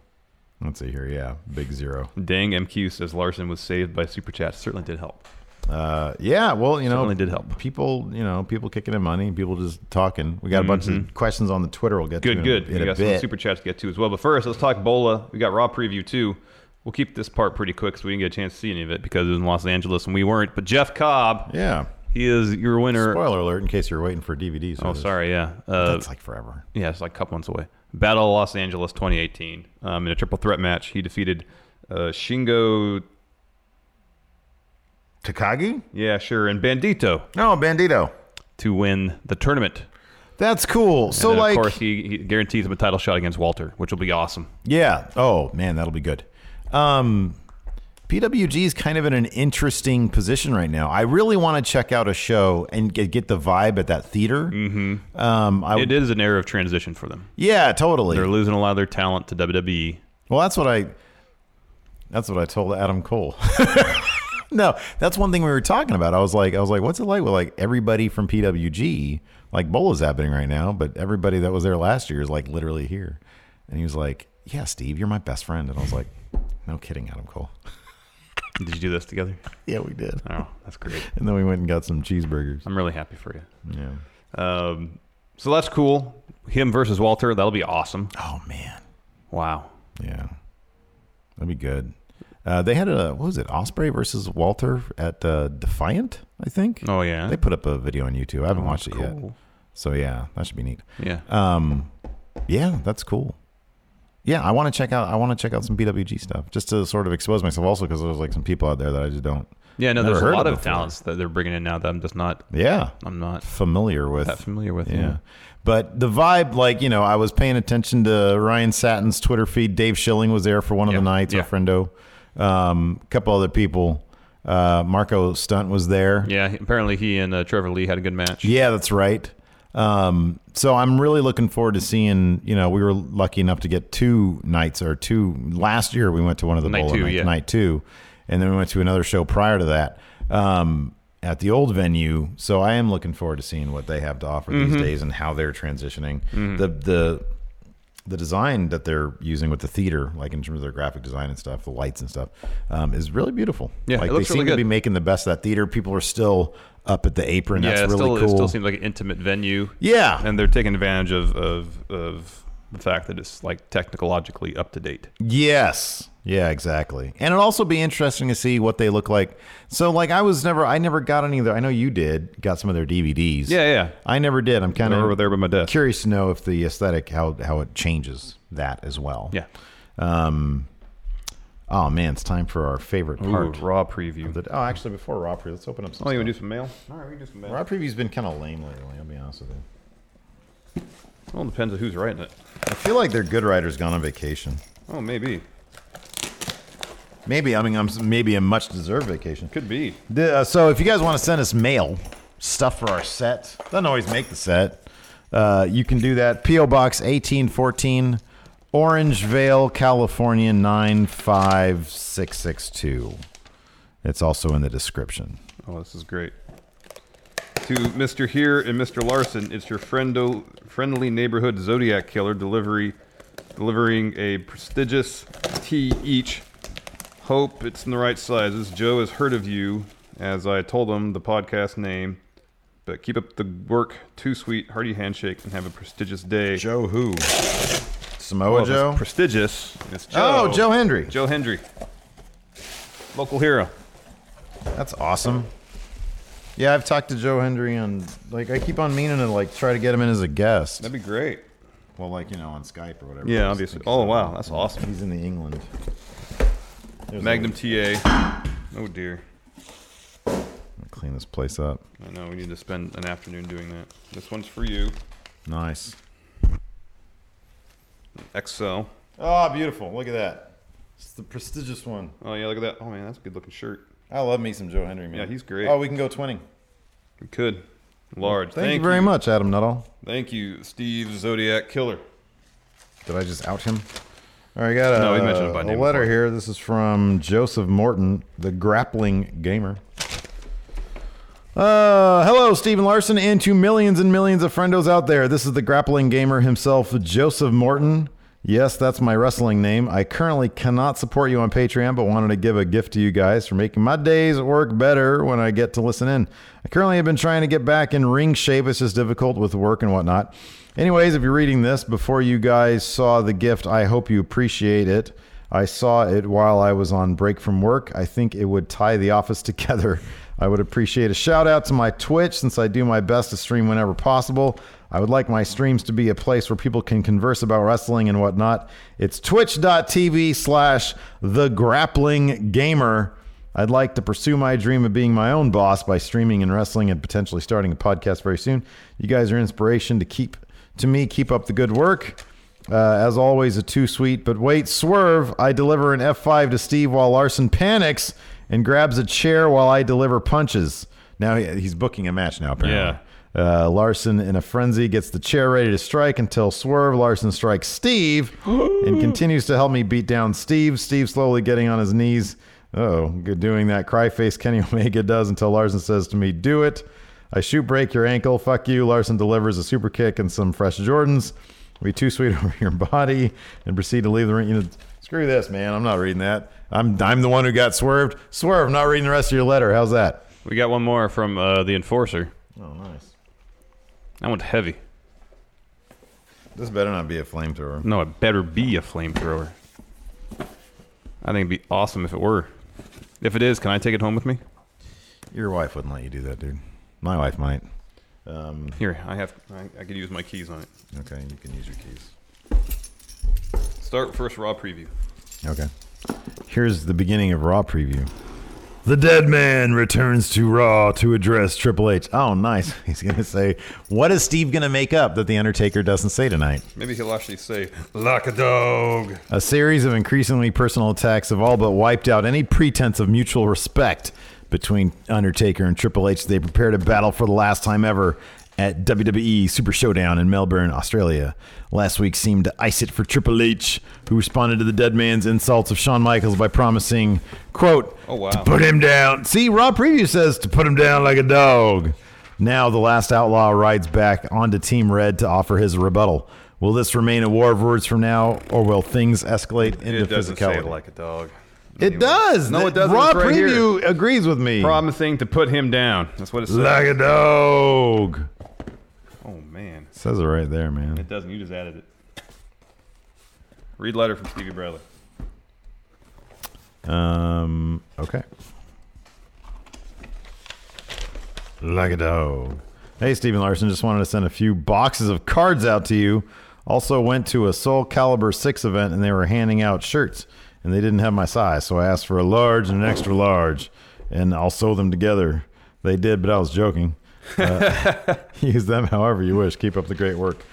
[SPEAKER 6] Let's see here. Yeah, big zero.
[SPEAKER 7] Dang MQ says Larson was saved by super chat. Certainly did help.
[SPEAKER 6] Uh, yeah, well, you know,
[SPEAKER 7] Certainly did help.
[SPEAKER 6] People, you know, people kicking in money, people just talking. We got a bunch of questions on the Twitter. We'll get to
[SPEAKER 7] Mm-hmm. Good,
[SPEAKER 6] in
[SPEAKER 7] good.
[SPEAKER 6] A, in
[SPEAKER 7] we
[SPEAKER 6] a
[SPEAKER 7] got some
[SPEAKER 6] bit.
[SPEAKER 7] super chats to get to as well. But first, let's talk Bola. We got Raw preview too. We'll keep this part pretty quick so we didn't get a chance to see any of it because it was in Los Angeles and we weren't. But Jeff Cobb,
[SPEAKER 6] yeah.
[SPEAKER 7] he is your winner.
[SPEAKER 6] Spoiler alert! In case you're waiting for DVDs.
[SPEAKER 7] Oh, sorry, yeah. Uh,
[SPEAKER 6] That's like forever.
[SPEAKER 7] yeah, it's like a couple months away. Battle of Los Angeles 2018. Um, in a triple threat match, he defeated uh, Shingo,
[SPEAKER 6] Takagi?
[SPEAKER 7] yeah, sure, and Bandito
[SPEAKER 6] No, Bandito.
[SPEAKER 7] to win the tournament.
[SPEAKER 6] That's cool. So
[SPEAKER 7] and then,
[SPEAKER 6] like,
[SPEAKER 7] of course, he, he guarantees him a title shot against Walter, which will be awesome.
[SPEAKER 6] yeah. Oh man, that'll be good. Um, PWG is kind of in an interesting position right now. I really want to check out a show and get, get the vibe at that theater. Mm-hmm. Um, I,
[SPEAKER 7] It is an era of transition for them.
[SPEAKER 6] yeah, totally.
[SPEAKER 7] They're losing a lot of their talent to E. WWE.
[SPEAKER 6] Well, that's what I. That's what I told Adam Cole. no, that's one thing we were talking about. I was like, I was like, what's it like with like everybody from PWG? Like Bola's happening right now, but everybody that was there last year is like literally here. And he was like, "Yeah, Steve, you're my best friend." And I was like, "No kidding, Adam Cole."
[SPEAKER 7] Did you do this together?
[SPEAKER 6] Yeah, we did.
[SPEAKER 7] Oh, that's great.
[SPEAKER 6] And then we went and got some cheeseburgers.
[SPEAKER 7] I'm really happy for you.
[SPEAKER 6] Yeah.
[SPEAKER 7] Um, so that's cool. Him versus Walter. That'll be awesome.
[SPEAKER 6] Oh man.
[SPEAKER 7] Wow.
[SPEAKER 6] Yeah. That'd be good. Uh, they had a what was it? Osprey versus Walter at uh, Defiant, I think.
[SPEAKER 7] Oh, yeah. Oh,
[SPEAKER 6] They put up a video on YouTube. I haven't watched it yet.
[SPEAKER 7] cool.
[SPEAKER 6] So yeah, that should be neat.
[SPEAKER 7] Yeah.
[SPEAKER 6] Um, yeah, that's cool. Yeah, I want to check out. I want to check out some PWG stuff just to sort of expose myself, also because there's like some people out there that I just don't.
[SPEAKER 7] yeah. No,
[SPEAKER 6] never
[SPEAKER 7] there's a
[SPEAKER 6] heard
[SPEAKER 7] lot
[SPEAKER 6] of
[SPEAKER 7] of
[SPEAKER 6] before.
[SPEAKER 7] talents that they're bringing in now that I'm just not.
[SPEAKER 6] Yeah,
[SPEAKER 7] I'm not
[SPEAKER 6] familiar with.
[SPEAKER 7] that familiar with.
[SPEAKER 6] Yeah. But the vibe, like, you know, I was paying attention to Ryan Satin's Twitter feed. Dave Schilling was there for one of
[SPEAKER 7] Yeah.
[SPEAKER 6] the nights,
[SPEAKER 7] Yeah.
[SPEAKER 6] our friendo. Um, a couple other people. Uh, Marco Stunt was there.
[SPEAKER 7] Yeah. he- Apparently, he and uh, Trevor Lee had a good match.
[SPEAKER 6] Yeah, that's right. Um, so I'm really looking forward to seeing, you know, we were lucky enough to get two nights or two last year we went to one of the
[SPEAKER 7] Night
[SPEAKER 6] bowl
[SPEAKER 7] two,
[SPEAKER 6] night,
[SPEAKER 7] yeah.
[SPEAKER 6] night two and then we went to another show prior to that um, at the old venue. So I am looking forward to seeing what they have to offer
[SPEAKER 7] Mm-hmm.
[SPEAKER 6] these days and how they're transitioning. The the the design that they're using with the theater, like in terms of their graphic design and stuff, the lights and stuff, um, is really beautiful.
[SPEAKER 7] Yeah, it
[SPEAKER 6] like
[SPEAKER 7] looks
[SPEAKER 6] they seem
[SPEAKER 7] really
[SPEAKER 6] to be
[SPEAKER 7] good.
[SPEAKER 6] making the best of that theater. People are still up at the apron.
[SPEAKER 7] yeah.
[SPEAKER 6] That's
[SPEAKER 7] it
[SPEAKER 6] really
[SPEAKER 7] still,
[SPEAKER 6] cool.
[SPEAKER 7] It still seems like an intimate venue.
[SPEAKER 6] Yeah.
[SPEAKER 7] And they're taking advantage of of, of the fact that it's like technologically up to date.
[SPEAKER 6] yes. Yeah, exactly. And it'll also be interesting to see what they look like. So like I was never I never got any of their I know you did, got some of their DVDs.
[SPEAKER 7] Yeah. Yeah.
[SPEAKER 6] I never did. I'm kind
[SPEAKER 7] They're over
[SPEAKER 6] of
[SPEAKER 7] there by my desk.
[SPEAKER 6] curious to know if the aesthetic how how it changes that as well.
[SPEAKER 7] Yeah.
[SPEAKER 6] Um Oh man, it's time for our favorite
[SPEAKER 7] Ooh,
[SPEAKER 6] part.
[SPEAKER 7] raw preview.
[SPEAKER 6] The- oh, actually before raw preview, let's open up some
[SPEAKER 7] Oh, you
[SPEAKER 6] stuff.
[SPEAKER 7] want to do some mail? All right, we can do some mail.
[SPEAKER 6] raw preview's been kind of lame lately, I'll be honest with you.
[SPEAKER 7] Well, it depends on who's writing it.
[SPEAKER 6] I feel like their good writer's gone on vacation.
[SPEAKER 7] Oh, maybe.
[SPEAKER 6] Maybe I mean I'm maybe a much deserved vacation.
[SPEAKER 7] Could be.
[SPEAKER 6] The- uh, so if you guys want to send us mail stuff for our set, doesn't always make the set. Uh, you can do that. PO Box eighteen fourteen, Orange Vale, California nine five six six two. It's also in the description.
[SPEAKER 7] Oh, this is great. To Mr. Here and Mr. Larson, it's your friendo, friendly neighborhood Zodiac killer delivery, delivering a prestigious tea each. Hope it's in the right sizes. Joe has heard of you, as I told him the podcast name. But keep up the work. Too sweet, hearty handshake, and have a prestigious day.
[SPEAKER 6] Joe who? Samoa
[SPEAKER 7] Well, if it's
[SPEAKER 6] Joe.
[SPEAKER 7] prestigious. It's Joe.
[SPEAKER 6] Oh, Joe Hendry.
[SPEAKER 7] Joe Hendry, local hero.
[SPEAKER 6] That's awesome. Yeah, I've talked to Joe Hendry on like I keep on meaning to like try to get him in as a guest.
[SPEAKER 7] That'd be great.
[SPEAKER 6] Well, like you know, on Skype or whatever.
[SPEAKER 7] Yeah,
[SPEAKER 6] I was
[SPEAKER 7] obviously.
[SPEAKER 6] thinking
[SPEAKER 7] Oh
[SPEAKER 6] about
[SPEAKER 7] wow,
[SPEAKER 6] it.
[SPEAKER 7] that's awesome.
[SPEAKER 6] He's in the England. There's
[SPEAKER 7] Magnum TA. Oh dear.
[SPEAKER 6] a- clean this place up.
[SPEAKER 7] I know we need to spend an afternoon doing that. This one's for you.
[SPEAKER 6] Nice.
[SPEAKER 7] XL.
[SPEAKER 6] Oh, beautiful! Look at that. It's the prestigious one.
[SPEAKER 7] Oh yeah, look at that. Oh man, that's a good looking shirt.
[SPEAKER 6] I love me some Joe Henry, man.
[SPEAKER 7] Yeah, he's great.
[SPEAKER 6] Oh, we can go twinning.
[SPEAKER 7] We could. Large.
[SPEAKER 6] Thank, you very much, Adam Nuttall.
[SPEAKER 7] Thank you, Steve Zodiac Killer.
[SPEAKER 6] Did I just out him? All right, I got a,
[SPEAKER 7] No, we mentioned it by
[SPEAKER 6] a
[SPEAKER 7] name
[SPEAKER 6] letter
[SPEAKER 7] before.
[SPEAKER 6] here. This is from Joseph Morton, the grappling gamer. Uh, hello, Stephen Larson, and to millions and millions of friendos out there. This is the grappling gamer himself, Joseph Morton. Yes, that's my wrestling name. I currently cannot support you on Patreon, but wanted to give a gift to you guys for making my days at work better when I get to listen in. I currently have been trying to get back in ring shape. It's just difficult with work and whatnot. Anyways, if you're reading this before you guys saw the gift, I hope you appreciate it. I saw it while I was on break from work. I think it would tie the office together. I would appreciate a shout out to my Twitch since I do my best to stream whenever possible. I would like my streams to be a place where people can converse about wrestling and whatnot. It's twitch.tv slash the grappling gamer. I'd like to pursue my dream of being my own boss by streaming and wrestling and potentially starting a podcast very soon. You guys are inspiration to keep to me. Keep up the good work. Uh, as always, a two sweet, but wait, swerve. I deliver an F5 to Steve while Larson panics and grabs a chair while I deliver punches. Now he- he's booking a match now, apparently. Uh, Larson, in a frenzy, gets the chair ready to strike until Swerve. Larson strikes Steve and continues to help me beat down Steve. Steve slowly getting on his knees. Oh, good doing that cry face Kenny Omega does until Larson says to me, Do it. I shoot break your ankle. Fuck you. Larson delivers a super kick and some fresh Jordans. We too sweet over your body and proceed to leave the ring. You know, screw this, man. I'm not reading that. I'm I'm the one who got swerved. Swerve, not reading the rest of your letter. How's that?
[SPEAKER 7] We got one more from uh, the enforcer.
[SPEAKER 6] Oh, nice.
[SPEAKER 7] That one's heavy.
[SPEAKER 6] This better not be a flamethrower.
[SPEAKER 7] No, it better be a flamethrower. I think it'd be awesome if it were. If it is, can I take it home with me?
[SPEAKER 6] Your wife wouldn't let you do that, dude. My wife might.
[SPEAKER 7] Here, I have. I, I could use my keys on it.
[SPEAKER 6] Okay, you can use your keys.
[SPEAKER 7] Start first raw preview.
[SPEAKER 6] Okay. Here's the beginning of Raw preview. The dead man returns to Raw to address Triple H. Oh, nice. He's going to say, What is Steve going to make up that The Undertaker doesn't say tonight?
[SPEAKER 7] Maybe he'll actually say, "Like a dog."
[SPEAKER 6] A series of increasingly personal attacks have all but wiped out any pretense of mutual respect between Undertaker and Triple H. They prepare to battle for the last time ever at WWE Super Showdown in Melbourne, Australia. Last week seemed to ice it for Triple H, who responded to the dead man's insults of Shawn Michaels by promising, quote,
[SPEAKER 7] Oh, wow.
[SPEAKER 6] to put him down. See, Rob Preview says to put him down like a dog. Now the last outlaw rides back onto Team Red to offer his rebuttal. Will this remain a war of words from now, or will things escalate into
[SPEAKER 7] It doesn't
[SPEAKER 6] physicality?
[SPEAKER 7] say it like a dog.
[SPEAKER 6] It does.
[SPEAKER 7] No,
[SPEAKER 6] The-
[SPEAKER 7] it doesn't.
[SPEAKER 6] Raw
[SPEAKER 7] It's right here.
[SPEAKER 6] preview agrees with me.
[SPEAKER 7] Promising to put him down. That's what it says.
[SPEAKER 6] like a dog.
[SPEAKER 7] oh man,
[SPEAKER 6] Says it right there, man.
[SPEAKER 7] it doesn't. You just added it. Read letter from Stevie Bradley.
[SPEAKER 6] Um. Okay. Like a dog. Hey, Stephen Larson. Just wanted to send a few boxes of cards out to you. Also went to a Soul Calibur Six event and they were handing out shirts and they didn't have my size, so I asked for a large and an extra large, and I'll sew them together. They did, but I was joking. Uh, use them however you wish. Keep up the great work.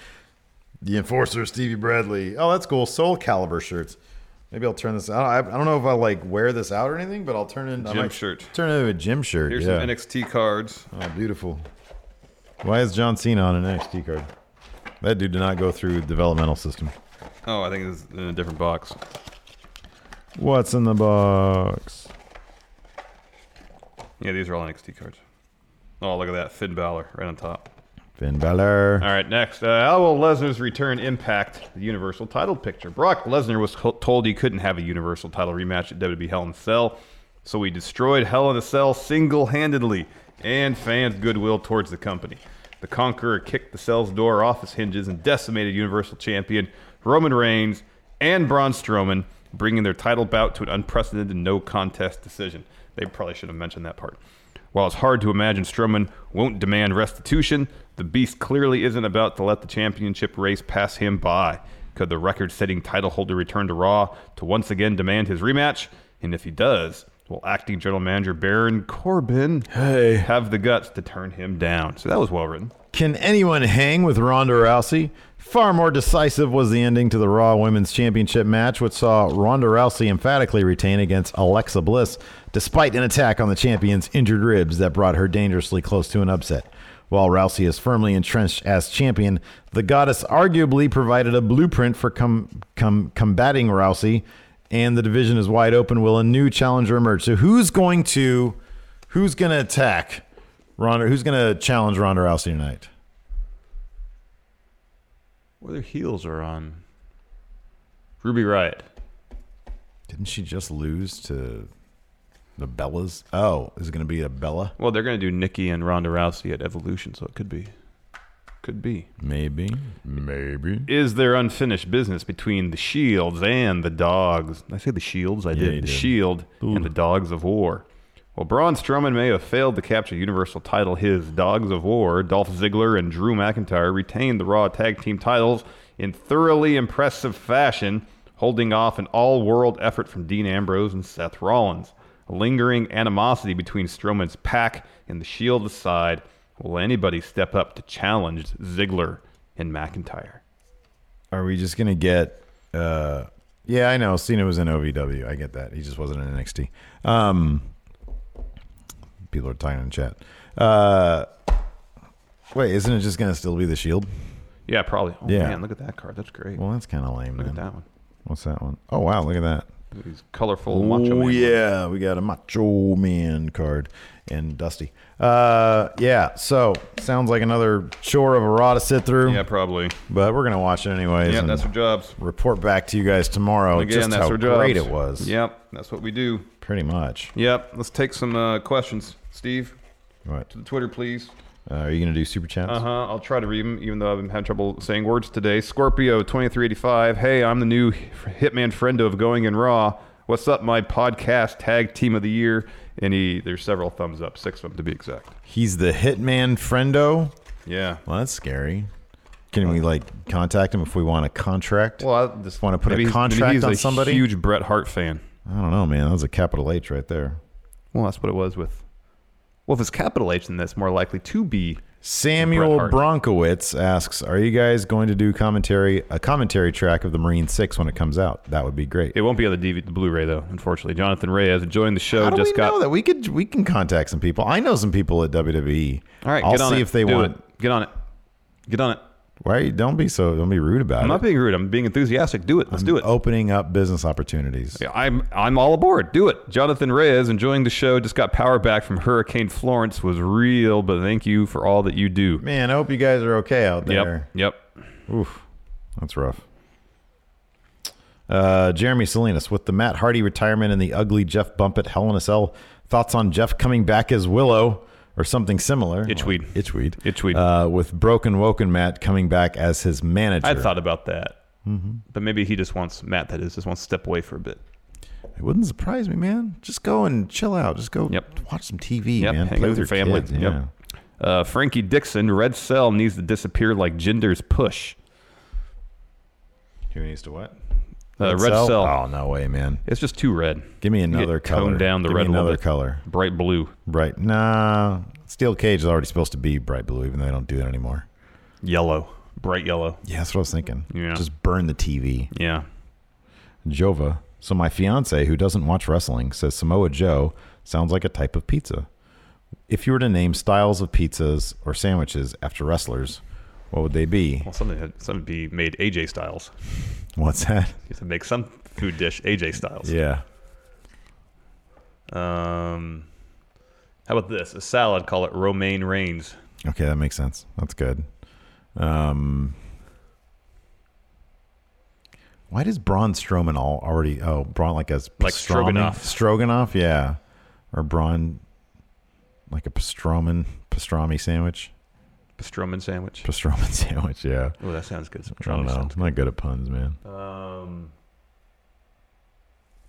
[SPEAKER 6] The Enforcer, Stevie Bradley. Oh, that's cool. Soul Caliber shirts. Maybe I'll turn this out. I, I don't know if I'll like wear this out or anything, but I'll turn it into
[SPEAKER 7] Gym shirt.
[SPEAKER 6] Turn it into a gym shirt.
[SPEAKER 7] Here's
[SPEAKER 6] yeah.
[SPEAKER 7] some NXT cards.
[SPEAKER 6] oh, beautiful. Why is John Cena on an NXT card? That dude did not go through developmental system.
[SPEAKER 7] Oh, I think it's in a different box.
[SPEAKER 6] What's in the box?
[SPEAKER 7] Yeah, these are all NXT cards. Oh, look at that Finn Balor right on top.
[SPEAKER 6] Finn Balor.
[SPEAKER 7] All right, next. Uh, how will Lesnar's return impact the Universal title picture? Brock Lesnar was co- told he couldn't have a Universal title rematch at WWE Hell in a Cell, so he destroyed Hell in a Cell single handedly and fans' goodwill towards the company. The Conqueror kicked the cell's door off its hinges and decimated Universal Champion Roman Reigns and Braun Strowman, bringing their title bout to an unprecedented no contest decision. They probably should have mentioned that part. While it's hard to imagine Strowman won't demand restitution, the Beast clearly isn't about to let the championship race pass him by. Could the record setting title holder return to Raw to once again demand his rematch? And if he does, will acting general manager Baron Corbin have the guts to turn him down? So that was well written.
[SPEAKER 6] Can anyone hang with Ronda Rousey? Far more decisive was the ending to the Raw Women's Championship match, which saw Ronda Rousey emphatically retain against Alexa Bliss, despite an attack on the champion's injured ribs that brought her dangerously close to an upset. While Rousey is firmly entrenched as champion, the goddess arguably provided a blueprint for com- com- combating Rousey, and the division is wide open. Will a new challenger emerge? So, who's going to, who's going to attack? Ronda, who's going to challenge Ronda Rousey tonight?
[SPEAKER 7] Where their heels are on. Ruby Riot.
[SPEAKER 6] Didn't she just lose to the Bellas? Oh, is it going to be a Bella?
[SPEAKER 7] Well, they're going to do Nikki and Ronda Rousey at Evolution, so it could be. Could be.
[SPEAKER 6] Maybe. Maybe.
[SPEAKER 7] is there unfinished business between the shields and the dogs? I say the shields, I
[SPEAKER 6] you
[SPEAKER 7] did. The
[SPEAKER 6] did.
[SPEAKER 7] shield and the dogs of war. Well, Braun Strowman may have failed to capture Universal title. His Dogs of War, Dolph Ziggler and Drew McIntyre retained the Raw Tag Team titles in thoroughly impressive fashion, holding off an all-world effort from Dean Ambrose and Seth Rollins. A lingering animosity between Strowman's pack and the Shield aside, will anybody step up to challenge Ziggler and McIntyre?
[SPEAKER 6] Are we just gonna get? Uh, yeah, I know. Cena was in OVW. I get that. He just wasn't in NXT. Um, people are talking in chat. Uh, wait, isn't it just gonna still be the Shield?
[SPEAKER 7] Yeah, probably. Oh,
[SPEAKER 6] Yeah.
[SPEAKER 7] man, look at that card. That's great.
[SPEAKER 6] Well, that's kind of lame.
[SPEAKER 7] look at
[SPEAKER 6] man.
[SPEAKER 7] that one.
[SPEAKER 6] What's that one? Oh wow, look at that.
[SPEAKER 7] Look at these colorful macho
[SPEAKER 6] Oh
[SPEAKER 7] man.
[SPEAKER 6] yeah, we got a Macho Man card and Dusty. Uh, yeah. So sounds like another chore of a raw to sit through.
[SPEAKER 7] Yeah, probably.
[SPEAKER 6] But we're gonna watch it anyways.
[SPEAKER 7] Yeah,
[SPEAKER 6] and
[SPEAKER 7] that's our jobs.
[SPEAKER 6] report back to you guys tomorrow.
[SPEAKER 7] Again,
[SPEAKER 6] just
[SPEAKER 7] that's
[SPEAKER 6] how
[SPEAKER 7] our jobs.
[SPEAKER 6] great it was.
[SPEAKER 7] Yep, that's what we do.
[SPEAKER 6] pretty much.
[SPEAKER 7] Yep, let's take some uh, questions. Steve,
[SPEAKER 6] What
[SPEAKER 7] to the Twitter, please.
[SPEAKER 6] uh, are you gonna do? Super chats?
[SPEAKER 7] Uh huh. I'll try to read them, even though I've been having trouble saying words today. Scorpio twenty three eighty five. Hey, I'm the new Hitman friend of Going in Raw. What's up, my podcast tag team of the year? And he, there's several thumbs up, six of them to be exact.
[SPEAKER 6] He's the Hitman friendo.
[SPEAKER 7] Yeah.
[SPEAKER 6] Well, that's scary. Can we like contact him if we want a contract?
[SPEAKER 7] Well, I just
[SPEAKER 6] Want to put a contract
[SPEAKER 7] he's
[SPEAKER 6] on
[SPEAKER 7] a
[SPEAKER 6] somebody?
[SPEAKER 7] Huge Bret Hart fan.
[SPEAKER 6] I don't know, man. That was a capital H right there.
[SPEAKER 7] Well, that's what it was with. Well, if it's capital H, then that's more likely to be.
[SPEAKER 6] Samuel
[SPEAKER 7] Bret
[SPEAKER 6] Bronkowitz asks, "Are you guys going to do commentary a commentary track of the Marine Six when it comes out? That would be great."
[SPEAKER 7] It won't be on the DVD, the Blu-ray though. Unfortunately, Jonathan Reyes enjoying the show.
[SPEAKER 6] How do
[SPEAKER 7] just
[SPEAKER 6] we
[SPEAKER 7] got
[SPEAKER 6] know that we could we can contact some people? I know some people at WWE.
[SPEAKER 7] all right.
[SPEAKER 6] I'll
[SPEAKER 7] get on
[SPEAKER 6] see
[SPEAKER 7] it.
[SPEAKER 6] if they
[SPEAKER 7] Do
[SPEAKER 6] want.
[SPEAKER 7] it. Get on it. Get on it.
[SPEAKER 6] Why you- don't be so don't be rude about
[SPEAKER 7] I'm
[SPEAKER 6] it.
[SPEAKER 7] not being rude. I'm being enthusiastic. Do it. Let's do it.
[SPEAKER 6] Opening up business opportunities.
[SPEAKER 7] Yeah, I'm I'm all aboard. Do it. Jonathan Reyes enjoying the show. Just got power back from Hurricane Florence. Was real, but thank you for all that you do.
[SPEAKER 6] Man, I hope you guys are okay out there.
[SPEAKER 7] Yep. Yep.
[SPEAKER 6] Oof, that's rough. Uh, Jeremy Salinas with the Matt Hardy retirement and the ugly Jeff Bump at Hell in a Cell. Thoughts on Jeff coming back as Willow or something similar?
[SPEAKER 7] Itchweed.
[SPEAKER 6] Well, Itchweed.
[SPEAKER 7] Itchweed.
[SPEAKER 6] Uh, with Broken Woken Matt coming back as his manager.
[SPEAKER 7] I thought about that,
[SPEAKER 6] Mm-hmm.
[SPEAKER 7] but maybe he just wants Matt. That is just wants to step away for a bit.
[SPEAKER 6] It wouldn't surprise me, man. Just go and chill out. Just go
[SPEAKER 7] Yep.
[SPEAKER 6] watch some TV,
[SPEAKER 7] Yep.
[SPEAKER 6] man.
[SPEAKER 7] hang
[SPEAKER 6] Play
[SPEAKER 7] out
[SPEAKER 6] with your
[SPEAKER 7] family.
[SPEAKER 6] Kids.
[SPEAKER 7] Yep.
[SPEAKER 6] Yeah.
[SPEAKER 7] Uh, Frankie Dixon, Red Cell needs to disappear like Gender's push.
[SPEAKER 6] Who needs to what?
[SPEAKER 7] Uh, red cell.
[SPEAKER 6] Oh no way, man.
[SPEAKER 7] It's just too red.
[SPEAKER 6] Give me
[SPEAKER 7] You get
[SPEAKER 6] another color.
[SPEAKER 7] Toned down the
[SPEAKER 6] Give me
[SPEAKER 7] red. a little
[SPEAKER 6] another
[SPEAKER 7] bit.
[SPEAKER 6] color.
[SPEAKER 7] Bright blue.
[SPEAKER 6] Bright. Nah. Steel Cage is already supposed to be bright blue, even though they don't do that anymore.
[SPEAKER 7] Yellow. Bright yellow.
[SPEAKER 6] Yeah, that's what I was thinking.
[SPEAKER 7] Yeah.
[SPEAKER 6] Just burn the TV.
[SPEAKER 7] Yeah.
[SPEAKER 6] Jova. So my fiance, who doesn't watch wrestling, says Samoa Joe sounds like a type of pizza. If you were to name styles of pizzas or sandwiches after wrestlers, what would they be?
[SPEAKER 7] Well, something had something be made AJ Styles.
[SPEAKER 6] What's that?
[SPEAKER 7] You have to make some food dish AJ Styles.
[SPEAKER 6] Yeah.
[SPEAKER 7] Um, how about this? A salad. Call it romaine reigns.
[SPEAKER 6] Okay, that makes sense. That's good. Um, why does Braun Strowman all already? Oh, Braun like as
[SPEAKER 7] Like
[SPEAKER 6] pastrami?
[SPEAKER 7] stroganoff.
[SPEAKER 6] Stroganoff, yeah, or Braun like a pastrami pastrami sandwich.
[SPEAKER 7] Pastrami sandwich.
[SPEAKER 6] Pastrami sandwich, yeah.
[SPEAKER 7] Oh, that sounds good.
[SPEAKER 6] I don't
[SPEAKER 7] Pastrami
[SPEAKER 6] know.
[SPEAKER 7] sounds
[SPEAKER 6] I'm not good at puns, man. Um.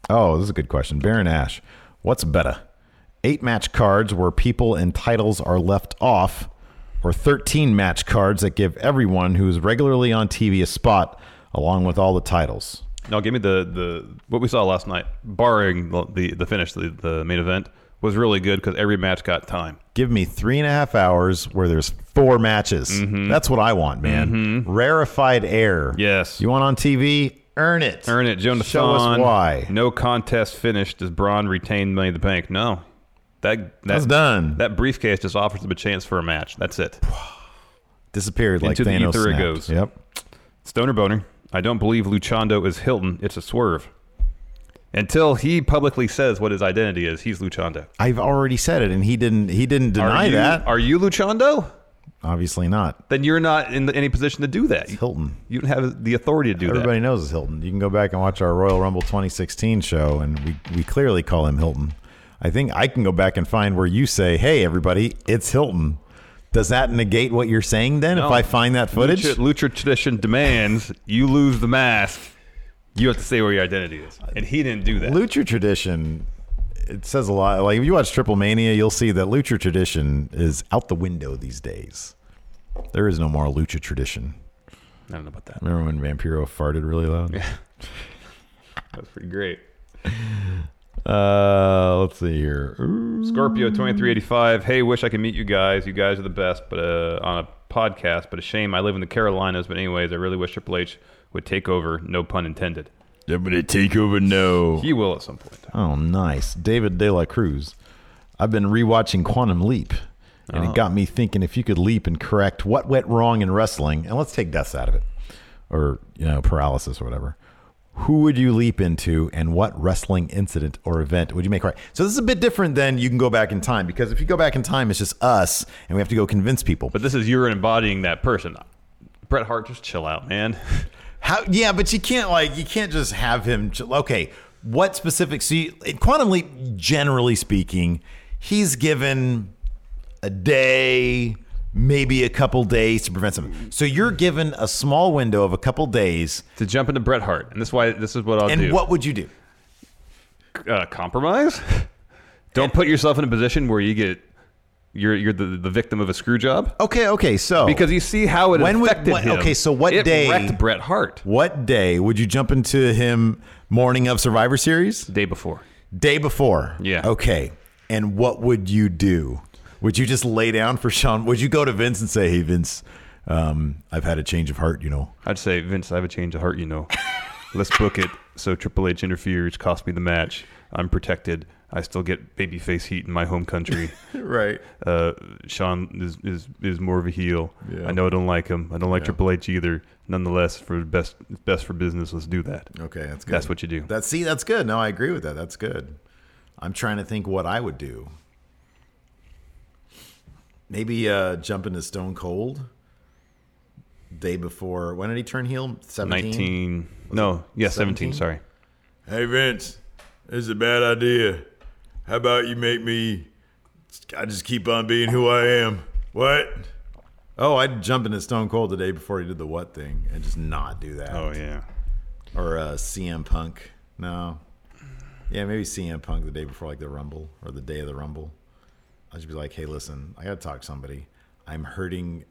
[SPEAKER 6] Oh, this is a good question. Baron Ash, what's better? Eight match cards where people and titles are left off, or 13 match cards that give everyone who is regularly on TV a spot along with all the titles?
[SPEAKER 7] No, give me the, the what we saw last night, barring the the, the finish, the, the main event was really good because every match got time.
[SPEAKER 6] Give me three and a half hours where there's four matches.
[SPEAKER 7] Mm-hmm.
[SPEAKER 6] That's what I want, man. Rarefied air.
[SPEAKER 7] Yes.
[SPEAKER 6] You want on TV? Earn it.
[SPEAKER 7] Earn it, Joan
[SPEAKER 6] Show us
[SPEAKER 7] Thon.
[SPEAKER 6] why.
[SPEAKER 7] No contest finish. Does Braun retain Money in the Bank? No. That, that
[SPEAKER 6] That's done.
[SPEAKER 7] That briefcase just offers him a chance for a match. That's it.
[SPEAKER 6] Disappeared like
[SPEAKER 7] Into the
[SPEAKER 6] Thanos
[SPEAKER 7] ether it
[SPEAKER 6] snapped.
[SPEAKER 7] goes.
[SPEAKER 6] Yep.
[SPEAKER 7] Stoner boner. I don't believe Luchando is Hilton. It's a swerve. Until he publicly says what his identity is, he's Luchando.
[SPEAKER 6] I've already said it, and he didn't. He didn't
[SPEAKER 7] Are
[SPEAKER 6] deny
[SPEAKER 7] you,
[SPEAKER 6] that.
[SPEAKER 7] Are you Luchando?
[SPEAKER 6] Obviously not.
[SPEAKER 7] Then you're not in any position to do that.
[SPEAKER 6] Hilton.
[SPEAKER 7] You don't have the authority to do that.
[SPEAKER 6] Everybody knows it's Hilton. You can go back and watch our Royal Rumble 2016 show, and we we clearly call him Hilton. I think I can go back and find where you say, "Hey, everybody, it's Hilton." Does that negate what you're saying then? If
[SPEAKER 7] No.
[SPEAKER 6] I find that footage,
[SPEAKER 7] Lucha, lucha tradition demands you lose the mask. You have to say where your identity is, and he didn't do that.
[SPEAKER 6] Lucha tradition. It says a lot. Like if you watch Triple Mania, you'll see that Lucha tradition is out the window these days. There is no more Lucha tradition.
[SPEAKER 7] I don't know about that.
[SPEAKER 6] Remember when Vampiro farted really loud?
[SPEAKER 7] That's pretty great.
[SPEAKER 6] Uh, let's see here.
[SPEAKER 7] Scorpio twenty three eighty five. Hey, wish I could meet you guys. You guys are the best, but uh, on a podcast. But a shame I live in the Carolinas. But anyways, I really wish Triple H would take over, no pun intended.
[SPEAKER 6] I'm gonna take over now.
[SPEAKER 7] He will at some point.
[SPEAKER 6] Oh, nice, David De La Cruz. I've been rewatching Quantum Leap, and it got me thinking if you could leap and correct what went wrong in wrestling, and let's take deaths out of it, or you know paralysis or whatever. Who would you leap into, and what wrestling incident or event would you make right? So this is a bit different than you can go back in time because if you go back in time, it's just us, and we have to go convince people.
[SPEAKER 7] But this is you're embodying that person. Bret Hart, just chill out, man.
[SPEAKER 6] How? Yeah, but you can't like you can't just have him. ch- Okay, what specific? See, in Quantum Leap, generally speaking, he's given a day, maybe a couple days to prevent something. So you're given a small window of a couple days,
[SPEAKER 7] to jump into Bret Hart, and this why this is what I'll
[SPEAKER 6] and
[SPEAKER 7] do.
[SPEAKER 6] what would you do?
[SPEAKER 7] uh, compromise? Don't put yourself in a position where you get you're you're the, the victim of a screw job.
[SPEAKER 6] Okay, okay, so
[SPEAKER 7] Because you see how it
[SPEAKER 6] When would-
[SPEAKER 7] affected
[SPEAKER 6] what-
[SPEAKER 7] him.
[SPEAKER 6] okay, so what
[SPEAKER 7] it
[SPEAKER 6] day-
[SPEAKER 7] wrecked Bret Hart?
[SPEAKER 6] what day would you jump into him? Morning of Survivor Series,
[SPEAKER 7] Day before.
[SPEAKER 6] day before.
[SPEAKER 7] Yeah.
[SPEAKER 6] Okay, and what would you do? Would you just lay down for Sean? Would you go to Vince and say, "Hey, Vince, um, I've had a change of heart," you know?
[SPEAKER 7] I'd say Vince, I have a change of heart. You know, let's book it. So Triple H interferes, cost me the match. I'm protected. I still get babyface heat in my home country.
[SPEAKER 6] Right.
[SPEAKER 7] uh, Sean is, is is more of a heel. I know I don't like him. I don't like Triple H either. Nonetheless, for best best for business, let's do that.
[SPEAKER 6] Okay, that's good.
[SPEAKER 7] That's what you do.
[SPEAKER 6] That see, that's good. No, I agree with that. That's good. I'm trying to think what I would do. Maybe uh, jump into Stone Cold. Day before, when did he turn heel? 17?
[SPEAKER 7] Nineteen? No, yeah,
[SPEAKER 6] 17?
[SPEAKER 7] seventeen. Sorry.
[SPEAKER 8] Hey Vince, this is a bad idea. How about you make me? I just keep on being who I am. What?
[SPEAKER 6] Oh, I'd jump into Stone Cold the day before he did the what thing and just not do that.
[SPEAKER 7] Oh yeah.
[SPEAKER 6] Or uh, CM Punk. No. Yeah, maybe CM Punk the day before, like the Rumble or the day of the Rumble. I'd just be like, hey, listen, I got to talk to somebody. I'm hurting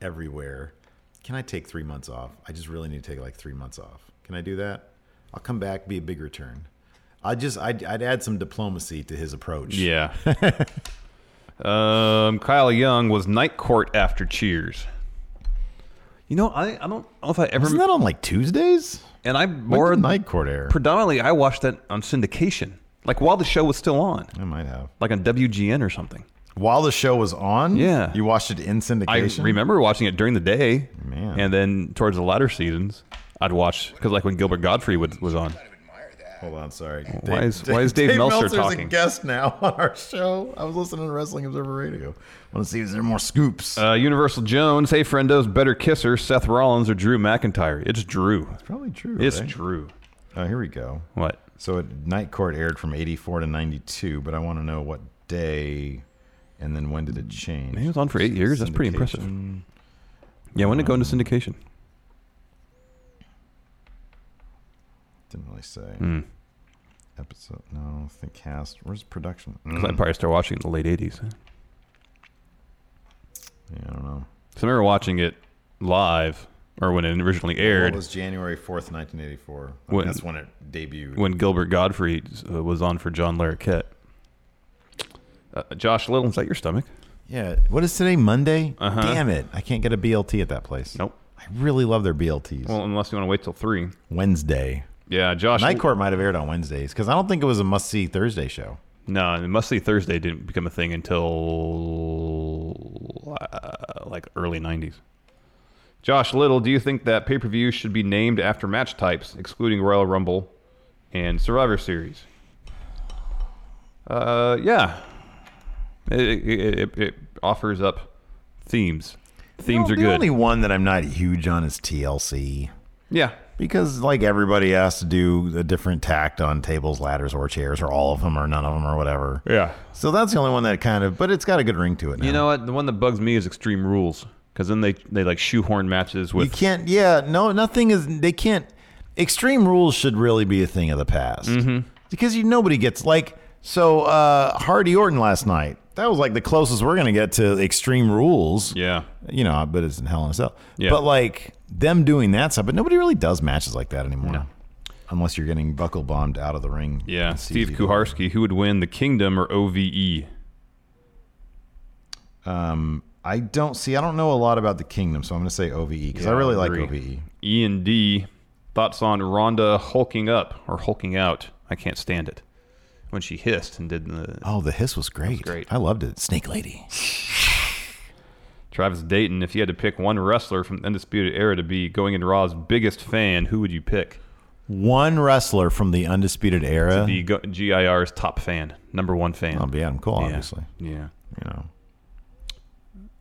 [SPEAKER 6] everywhere. Can I take three months off? I just really need to take like three months off. Can I do that? I'll come back, be a big return. I just, I'd, I'd add some diplomacy to his approach.
[SPEAKER 7] Yeah. um, Kyle Young was night court after Cheers. You know, I, I don't know if I ever
[SPEAKER 6] Isn't that on like Tuesdays?
[SPEAKER 7] and I
[SPEAKER 6] Or
[SPEAKER 7] more
[SPEAKER 6] night court air?
[SPEAKER 7] predominantly I watched that on syndication, like while the show was still on,
[SPEAKER 6] I might have.
[SPEAKER 7] like on WGN or something.
[SPEAKER 6] While the show was on,
[SPEAKER 7] Yeah.
[SPEAKER 6] you watched it in
[SPEAKER 7] I
[SPEAKER 6] syndication.
[SPEAKER 7] remember watching it during the day,
[SPEAKER 6] Man.
[SPEAKER 7] and then towards the latter seasons, I'd watch because like when Gilbert Godfrey would, was on.
[SPEAKER 6] Hold on, sorry.
[SPEAKER 7] Why is- why is Dave Meltzer
[SPEAKER 6] Meltzer's a
[SPEAKER 7] talking?
[SPEAKER 6] guest now on our show. I was listening to Wrestling Observer Radio. Want to see if there are more scoops?
[SPEAKER 7] Uh, Universal Jones, hey friendos, better kisser, Seth Rollins or Drew McIntyre? It's Drew.
[SPEAKER 6] Probably true.
[SPEAKER 7] It's
[SPEAKER 6] right?
[SPEAKER 7] Drew.
[SPEAKER 6] Oh, here we go.
[SPEAKER 7] What?
[SPEAKER 6] So, it, Night Court aired from '84 to '92, but I want to know what day, and then when did it change?
[SPEAKER 7] He was on for eight years. That's pretty impressive. Yeah, when did it go into syndication?
[SPEAKER 6] Didn't really say.
[SPEAKER 7] Hmm.
[SPEAKER 6] Episode? No, I don't think cast. Where's production?
[SPEAKER 7] 'Cause I
[SPEAKER 6] Mm.
[SPEAKER 7] probably started watching it in the late '80s.
[SPEAKER 6] Yeah, I don't know.
[SPEAKER 7] So I remember watching it live, or when it originally
[SPEAKER 6] Well, it
[SPEAKER 7] aired,
[SPEAKER 6] was January 4th, 1984. I mean,
[SPEAKER 7] When-
[SPEAKER 6] that's when it debuted.
[SPEAKER 7] when Gilbert Godfrey uh, was on for John Larroquette. Uh, Josh Little, is that your stomach?
[SPEAKER 6] Yeah. What is today? Monday? Damn it. I can't get a BLT at that place.
[SPEAKER 7] Uh-huh. Nope.
[SPEAKER 6] I really love their BLTs.
[SPEAKER 7] Well, unless you want to wait till three.
[SPEAKER 6] Wednesday.
[SPEAKER 7] Yeah, Josh.
[SPEAKER 6] Night Court might have aired on Wednesdays because I don't think it was a must see Thursday show.
[SPEAKER 7] No, and Must See Thursday didn't become a thing until uh, like early 90s. Josh Little, do you think that pay per view should be named after match types, excluding Royal Rumble and Survivor Series? Uh, yeah. It, it, it, it offers up themes. Themes
[SPEAKER 6] No,
[SPEAKER 7] are
[SPEAKER 6] the
[SPEAKER 7] good.
[SPEAKER 6] only one that I'm not huge on is TLC
[SPEAKER 7] yeah.
[SPEAKER 6] because, like, everybody has to do a different tact on tables, ladders, or chairs, or all of them, or none of them, or whatever.
[SPEAKER 7] Yeah.
[SPEAKER 6] So that's the only one that kind of, but it's got a good ring to it now.
[SPEAKER 7] You know what? The one that bugs me is Extreme Rules because then they, they like shoehorn matches with.
[SPEAKER 6] you can't yeah no nothing is they can't extreme rules should really be a thing of the past
[SPEAKER 7] Mm-hmm.
[SPEAKER 6] because you nobody gets like so uh hardy orton last night that was like the closest we're gonna get to extreme rules
[SPEAKER 7] yeah.
[SPEAKER 6] you know but it's in hell in a cell
[SPEAKER 7] Yeah.
[SPEAKER 6] but like them doing that stuff but nobody really does matches like that anymore unless you're getting buckle bombed out of the ring
[SPEAKER 7] Yeah,
[SPEAKER 6] It's
[SPEAKER 7] Steve
[SPEAKER 6] easy to-
[SPEAKER 7] Kuharski, who would win the Kingdom or E? OVE?
[SPEAKER 6] i don't see E, i don't know a lot about the kingdom so i'm gonna say ove because i
[SPEAKER 7] Yeah,
[SPEAKER 6] really
[SPEAKER 7] I
[SPEAKER 6] like
[SPEAKER 7] agree.
[SPEAKER 6] ove
[SPEAKER 7] E and D Thoughts on Rhonda hulking up or hulking out? I can't stand it. When she hissed and did the
[SPEAKER 6] Oh, the hiss was great.
[SPEAKER 7] great.
[SPEAKER 6] I loved it. Snake Lady.
[SPEAKER 7] Travis Dayton, if you had to pick one wrestler from the Undisputed Era to be going into Raw's biggest fan, who would you pick?
[SPEAKER 6] One wrestler from the Undisputed Era. Oh,
[SPEAKER 7] The Go- GIR's top fan, number one fan.
[SPEAKER 6] I'll be Adam Cole,
[SPEAKER 7] Yeah.
[SPEAKER 6] obviously.
[SPEAKER 7] Yeah.
[SPEAKER 6] You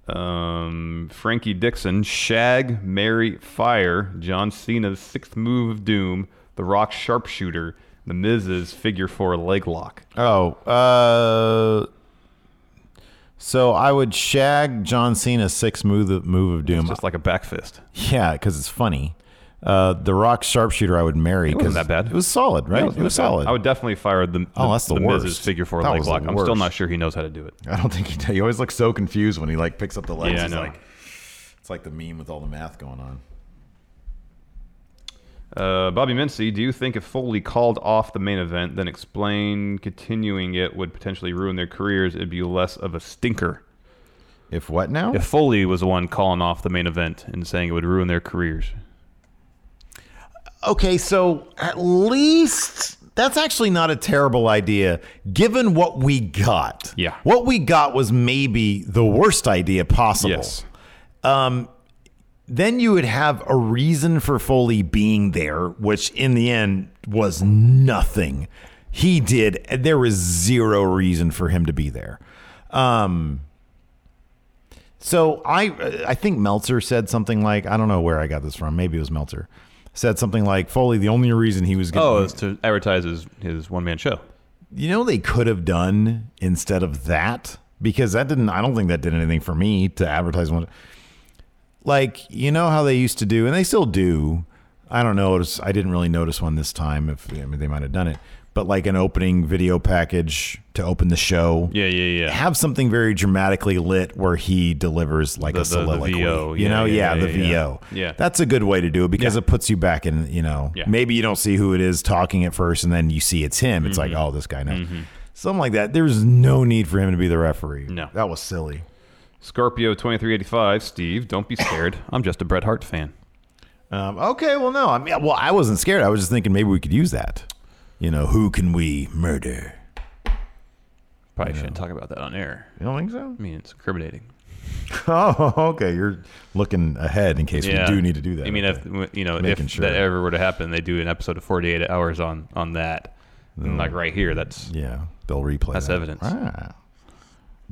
[SPEAKER 6] know.
[SPEAKER 7] Um, Frankie Dixon, Shag, Mary, Fire, John Cena's sixth move of doom, The Rock sharpshooter, The Miz's figure four leg lock.
[SPEAKER 6] Oh, uh, so I would shag John Cena's six move of, move of doom.
[SPEAKER 7] Just like a back fist.
[SPEAKER 6] yeah, because it's funny. Uh, the Rock sharpshooter I would marry
[SPEAKER 7] wasn't
[SPEAKER 6] because
[SPEAKER 7] that bad.
[SPEAKER 6] It was solid, right?
[SPEAKER 7] That
[SPEAKER 6] It was,
[SPEAKER 7] wasn't that bad.
[SPEAKER 6] solid.
[SPEAKER 7] I would definitely fire the, the,
[SPEAKER 6] Oh, that's the
[SPEAKER 7] Miz's
[SPEAKER 6] worst.
[SPEAKER 7] figure four
[SPEAKER 6] That
[SPEAKER 7] leg
[SPEAKER 6] was the
[SPEAKER 7] lock. I'm still
[SPEAKER 6] worst.
[SPEAKER 7] not sure he knows how to do it.
[SPEAKER 6] I don't think he. He always looks so confused when he like picks up the legs.
[SPEAKER 7] Yeah, I
[SPEAKER 6] He's
[SPEAKER 7] know.
[SPEAKER 6] like- it's like the meme with all the math going on.
[SPEAKER 7] Uh, Bobby Mincy, do you think if Foley called off the main event, then explain continuing it would potentially ruin their careers? It'd be less of a stinker.
[SPEAKER 6] If what now?
[SPEAKER 7] If Foley was the one calling off the main event and saying it would ruin their careers,
[SPEAKER 6] Okay, so at least that's actually not a terrible idea given what we got.
[SPEAKER 7] Yeah.
[SPEAKER 6] What we got was maybe the worst idea possible.
[SPEAKER 7] Yes.
[SPEAKER 6] Um, then you would have a reason for Foley being there, which in the end was nothing. He did. There was zero reason for him to be there. Um, so I I think Meltzer said something like I don't know where I got this from. Maybe it was Meltzer said something like Foley. The only reason he was
[SPEAKER 7] oh,
[SPEAKER 6] going
[SPEAKER 7] it's to advertise his, his one man show.
[SPEAKER 6] you know, they could have done instead of that because that didn't. I don't think that did anything for me to advertise one. Like you know how they used to do, and they still do. I don't know. it's- I didn't really notice one this time. If I mean, they might have done it, but like an opening video package to open the show.
[SPEAKER 7] Yeah, yeah, yeah.
[SPEAKER 6] Have something very dramatically lit where he delivers like
[SPEAKER 7] The-
[SPEAKER 6] a
[SPEAKER 7] the- the
[SPEAKER 6] soliloquy.
[SPEAKER 7] VO,
[SPEAKER 6] You
[SPEAKER 7] yeah,
[SPEAKER 6] know,
[SPEAKER 7] yeah,
[SPEAKER 6] yeah,
[SPEAKER 7] yeah,
[SPEAKER 6] the
[SPEAKER 7] yeah.
[SPEAKER 6] VO.
[SPEAKER 7] Yeah.
[SPEAKER 6] that's a good way to do it because it puts you back in. You know,
[SPEAKER 7] Yeah.
[SPEAKER 6] maybe you don't see who it is talking at first, and then you see it's him. It's
[SPEAKER 7] Mm-hmm.
[SPEAKER 6] like, oh, this guy knows something like that. There's no need for him to be the referee.
[SPEAKER 7] No.
[SPEAKER 6] that was silly.
[SPEAKER 7] Scorpio 2385, Steve, don't be scared. I'm just a Bret Hart fan.
[SPEAKER 6] Um, okay, well, no, I mean, well, I wasn't scared. I was just thinking maybe we could use that. You know, who can we murder?
[SPEAKER 7] Probably shouldn't talk about that on air.
[SPEAKER 6] You don't think so?
[SPEAKER 7] I mean, it's incriminating.
[SPEAKER 6] Oh, okay. You're looking ahead in case we do need to do that.
[SPEAKER 7] I mean,
[SPEAKER 6] Okay.
[SPEAKER 7] if you know,
[SPEAKER 6] Making
[SPEAKER 7] if
[SPEAKER 6] sure.
[SPEAKER 7] that ever were to happen, they do an episode of 48 hours on on that. And like right here, that's
[SPEAKER 6] Mm. yeah, they'll replay.
[SPEAKER 7] That's
[SPEAKER 6] that.
[SPEAKER 7] evidence.
[SPEAKER 6] Ah.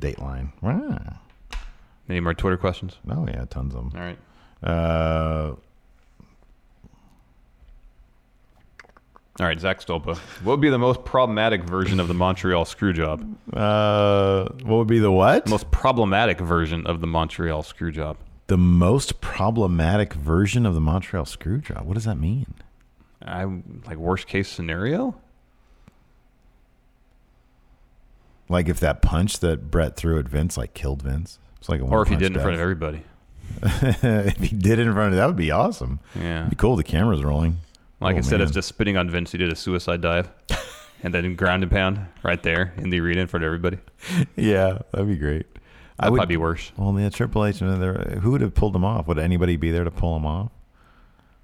[SPEAKER 6] Dateline. Ah.
[SPEAKER 7] any more Twitter questions.
[SPEAKER 6] Oh yeah, tons of
[SPEAKER 7] All
[SPEAKER 6] them.
[SPEAKER 7] right,
[SPEAKER 6] Uh,
[SPEAKER 7] all right. Zach Stolpa, what would be the most problematic version of the Montreal Screwjob?
[SPEAKER 6] uh, what would be the what?
[SPEAKER 7] Most problematic version of the Montreal Screwjob.
[SPEAKER 6] the most problematic version of the Montreal Screwjob. What does that mean?
[SPEAKER 7] I like worst case scenario.
[SPEAKER 6] Like if that punch that Brett threw at Vince like killed Vince. It's like a
[SPEAKER 7] Or if he did in front of everybody.
[SPEAKER 6] everyone. if he did it in front of that would be awesome.
[SPEAKER 7] Yeah.
[SPEAKER 6] It'd be cool. The camera's rolling.
[SPEAKER 7] Like
[SPEAKER 6] Oh,
[SPEAKER 7] instead of
[SPEAKER 6] man.
[SPEAKER 7] just spitting on Vince, he did a suicide dive, and then ground and pound right there in the arena in front of everybody.
[SPEAKER 6] yeah, that'd be great. I
[SPEAKER 7] That'd
[SPEAKER 6] would
[SPEAKER 7] probably be worse.
[SPEAKER 6] Well, yeah, Triple H. and there- Who would have pulled him off? Would anybody be there to pull him off?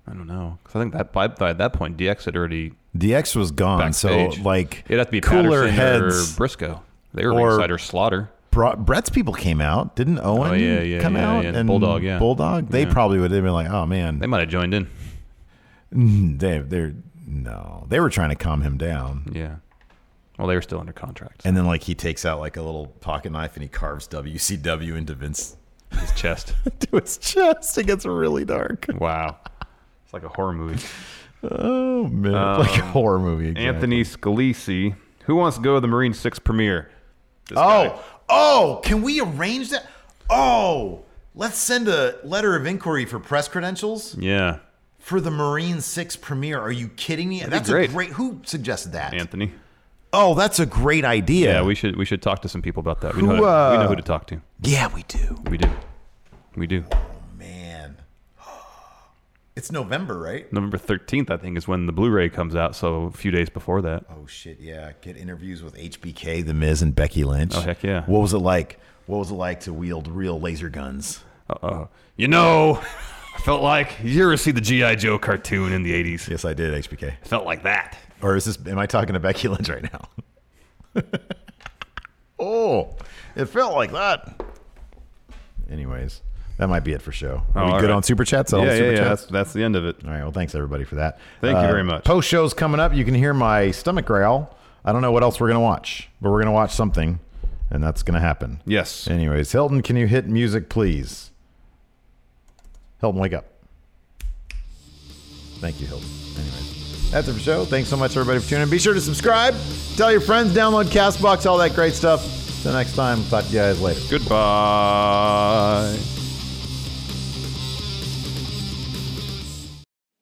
[SPEAKER 7] I don't know because I think that by, by that point, DX had already
[SPEAKER 6] DX was gone,
[SPEAKER 7] backstage.
[SPEAKER 6] Uh, so like
[SPEAKER 7] it'd have to be
[SPEAKER 6] cooler
[SPEAKER 7] Patterson
[SPEAKER 6] heads.
[SPEAKER 7] or Briscoe. They were
[SPEAKER 6] or-
[SPEAKER 7] ringside or Slaughter.
[SPEAKER 6] Bro- Brett's people came out, didn't Owen?
[SPEAKER 7] Oh, yeah, yeah,
[SPEAKER 6] come
[SPEAKER 7] yeah,
[SPEAKER 6] out
[SPEAKER 7] yeah.
[SPEAKER 6] and
[SPEAKER 7] Bulldog, yeah.
[SPEAKER 6] Bulldog. They
[SPEAKER 7] Yeah.
[SPEAKER 6] probably would have been like, oh
[SPEAKER 7] They
[SPEAKER 6] man,
[SPEAKER 7] might have joined in.
[SPEAKER 6] they they're no, they were trying to calm him down.
[SPEAKER 7] Yeah. Well, they were still under contract.
[SPEAKER 6] And then like he takes out like a little pocket knife and he carves WCW into Vince
[SPEAKER 7] His chest.
[SPEAKER 6] to his chest. It gets really dark.
[SPEAKER 7] wow. It's like a horror movie.
[SPEAKER 6] Oh man, it's like a horror movie. exactly.
[SPEAKER 7] Anthony Scalisi. Who wants to go to the Marine Six premiere? This guy.
[SPEAKER 6] Oh, oh, can we arrange that? Oh, let's send a letter of inquiry for press credentials
[SPEAKER 7] Yeah.
[SPEAKER 6] for the Marine Six premiere. Are you kidding me?
[SPEAKER 7] be
[SPEAKER 6] That's
[SPEAKER 7] great.
[SPEAKER 6] a great. Who suggested that?
[SPEAKER 7] Anthony.
[SPEAKER 6] Oh, that's a great idea.
[SPEAKER 7] Yeah, we should we should talk to some people about that. We,
[SPEAKER 6] Who,
[SPEAKER 7] know, how to- we
[SPEAKER 6] uh,
[SPEAKER 7] know who to talk to.
[SPEAKER 6] yeah, we do.
[SPEAKER 7] We do. We do.
[SPEAKER 6] Man, it's November, right?
[SPEAKER 7] November 13th, I think, is when the Blu ray comes out. So a few days before that.
[SPEAKER 6] Oh shit, yeah. Get interviews with HBK, The Miz, and Becky Lynch.
[SPEAKER 7] Oh, heck yeah.
[SPEAKER 6] What was it like? What was it like to wield real laser guns?
[SPEAKER 7] Uh, you know, I felt like you ever see the GI Joe cartoon in the '80s?
[SPEAKER 6] Yes, I did, HBK.
[SPEAKER 7] I felt like that.
[SPEAKER 6] Or is this? Am I talking to Becky Lynch right now? oh, it felt like that. Anyways, that might be it for show. Are
[SPEAKER 7] Oh,
[SPEAKER 6] we
[SPEAKER 7] all
[SPEAKER 6] good
[SPEAKER 7] right.
[SPEAKER 6] on super chats? All
[SPEAKER 7] yeah,
[SPEAKER 6] the super
[SPEAKER 7] yeah, yeah.
[SPEAKER 6] chats?
[SPEAKER 7] That's, that's the end of it.
[SPEAKER 6] All right. Well, thanks everybody for that. Uh,
[SPEAKER 7] Thank you very much.
[SPEAKER 6] Post shows coming up. You can hear my stomach growl. I don't know what else we're gonna watch, but we're gonna watch something, and that's gonna happen.
[SPEAKER 7] Yes.
[SPEAKER 6] Anyways, Hilton, can you hit music, please? Hilton, wake up. Thank you, Hilton. Anyways, that's it for the show. Thanks so much, everybody, for tuning in. Be sure to subscribe, tell your friends, download Castbox, all that great stuff. Till next time, talk to you guys later.
[SPEAKER 7] Goodbye.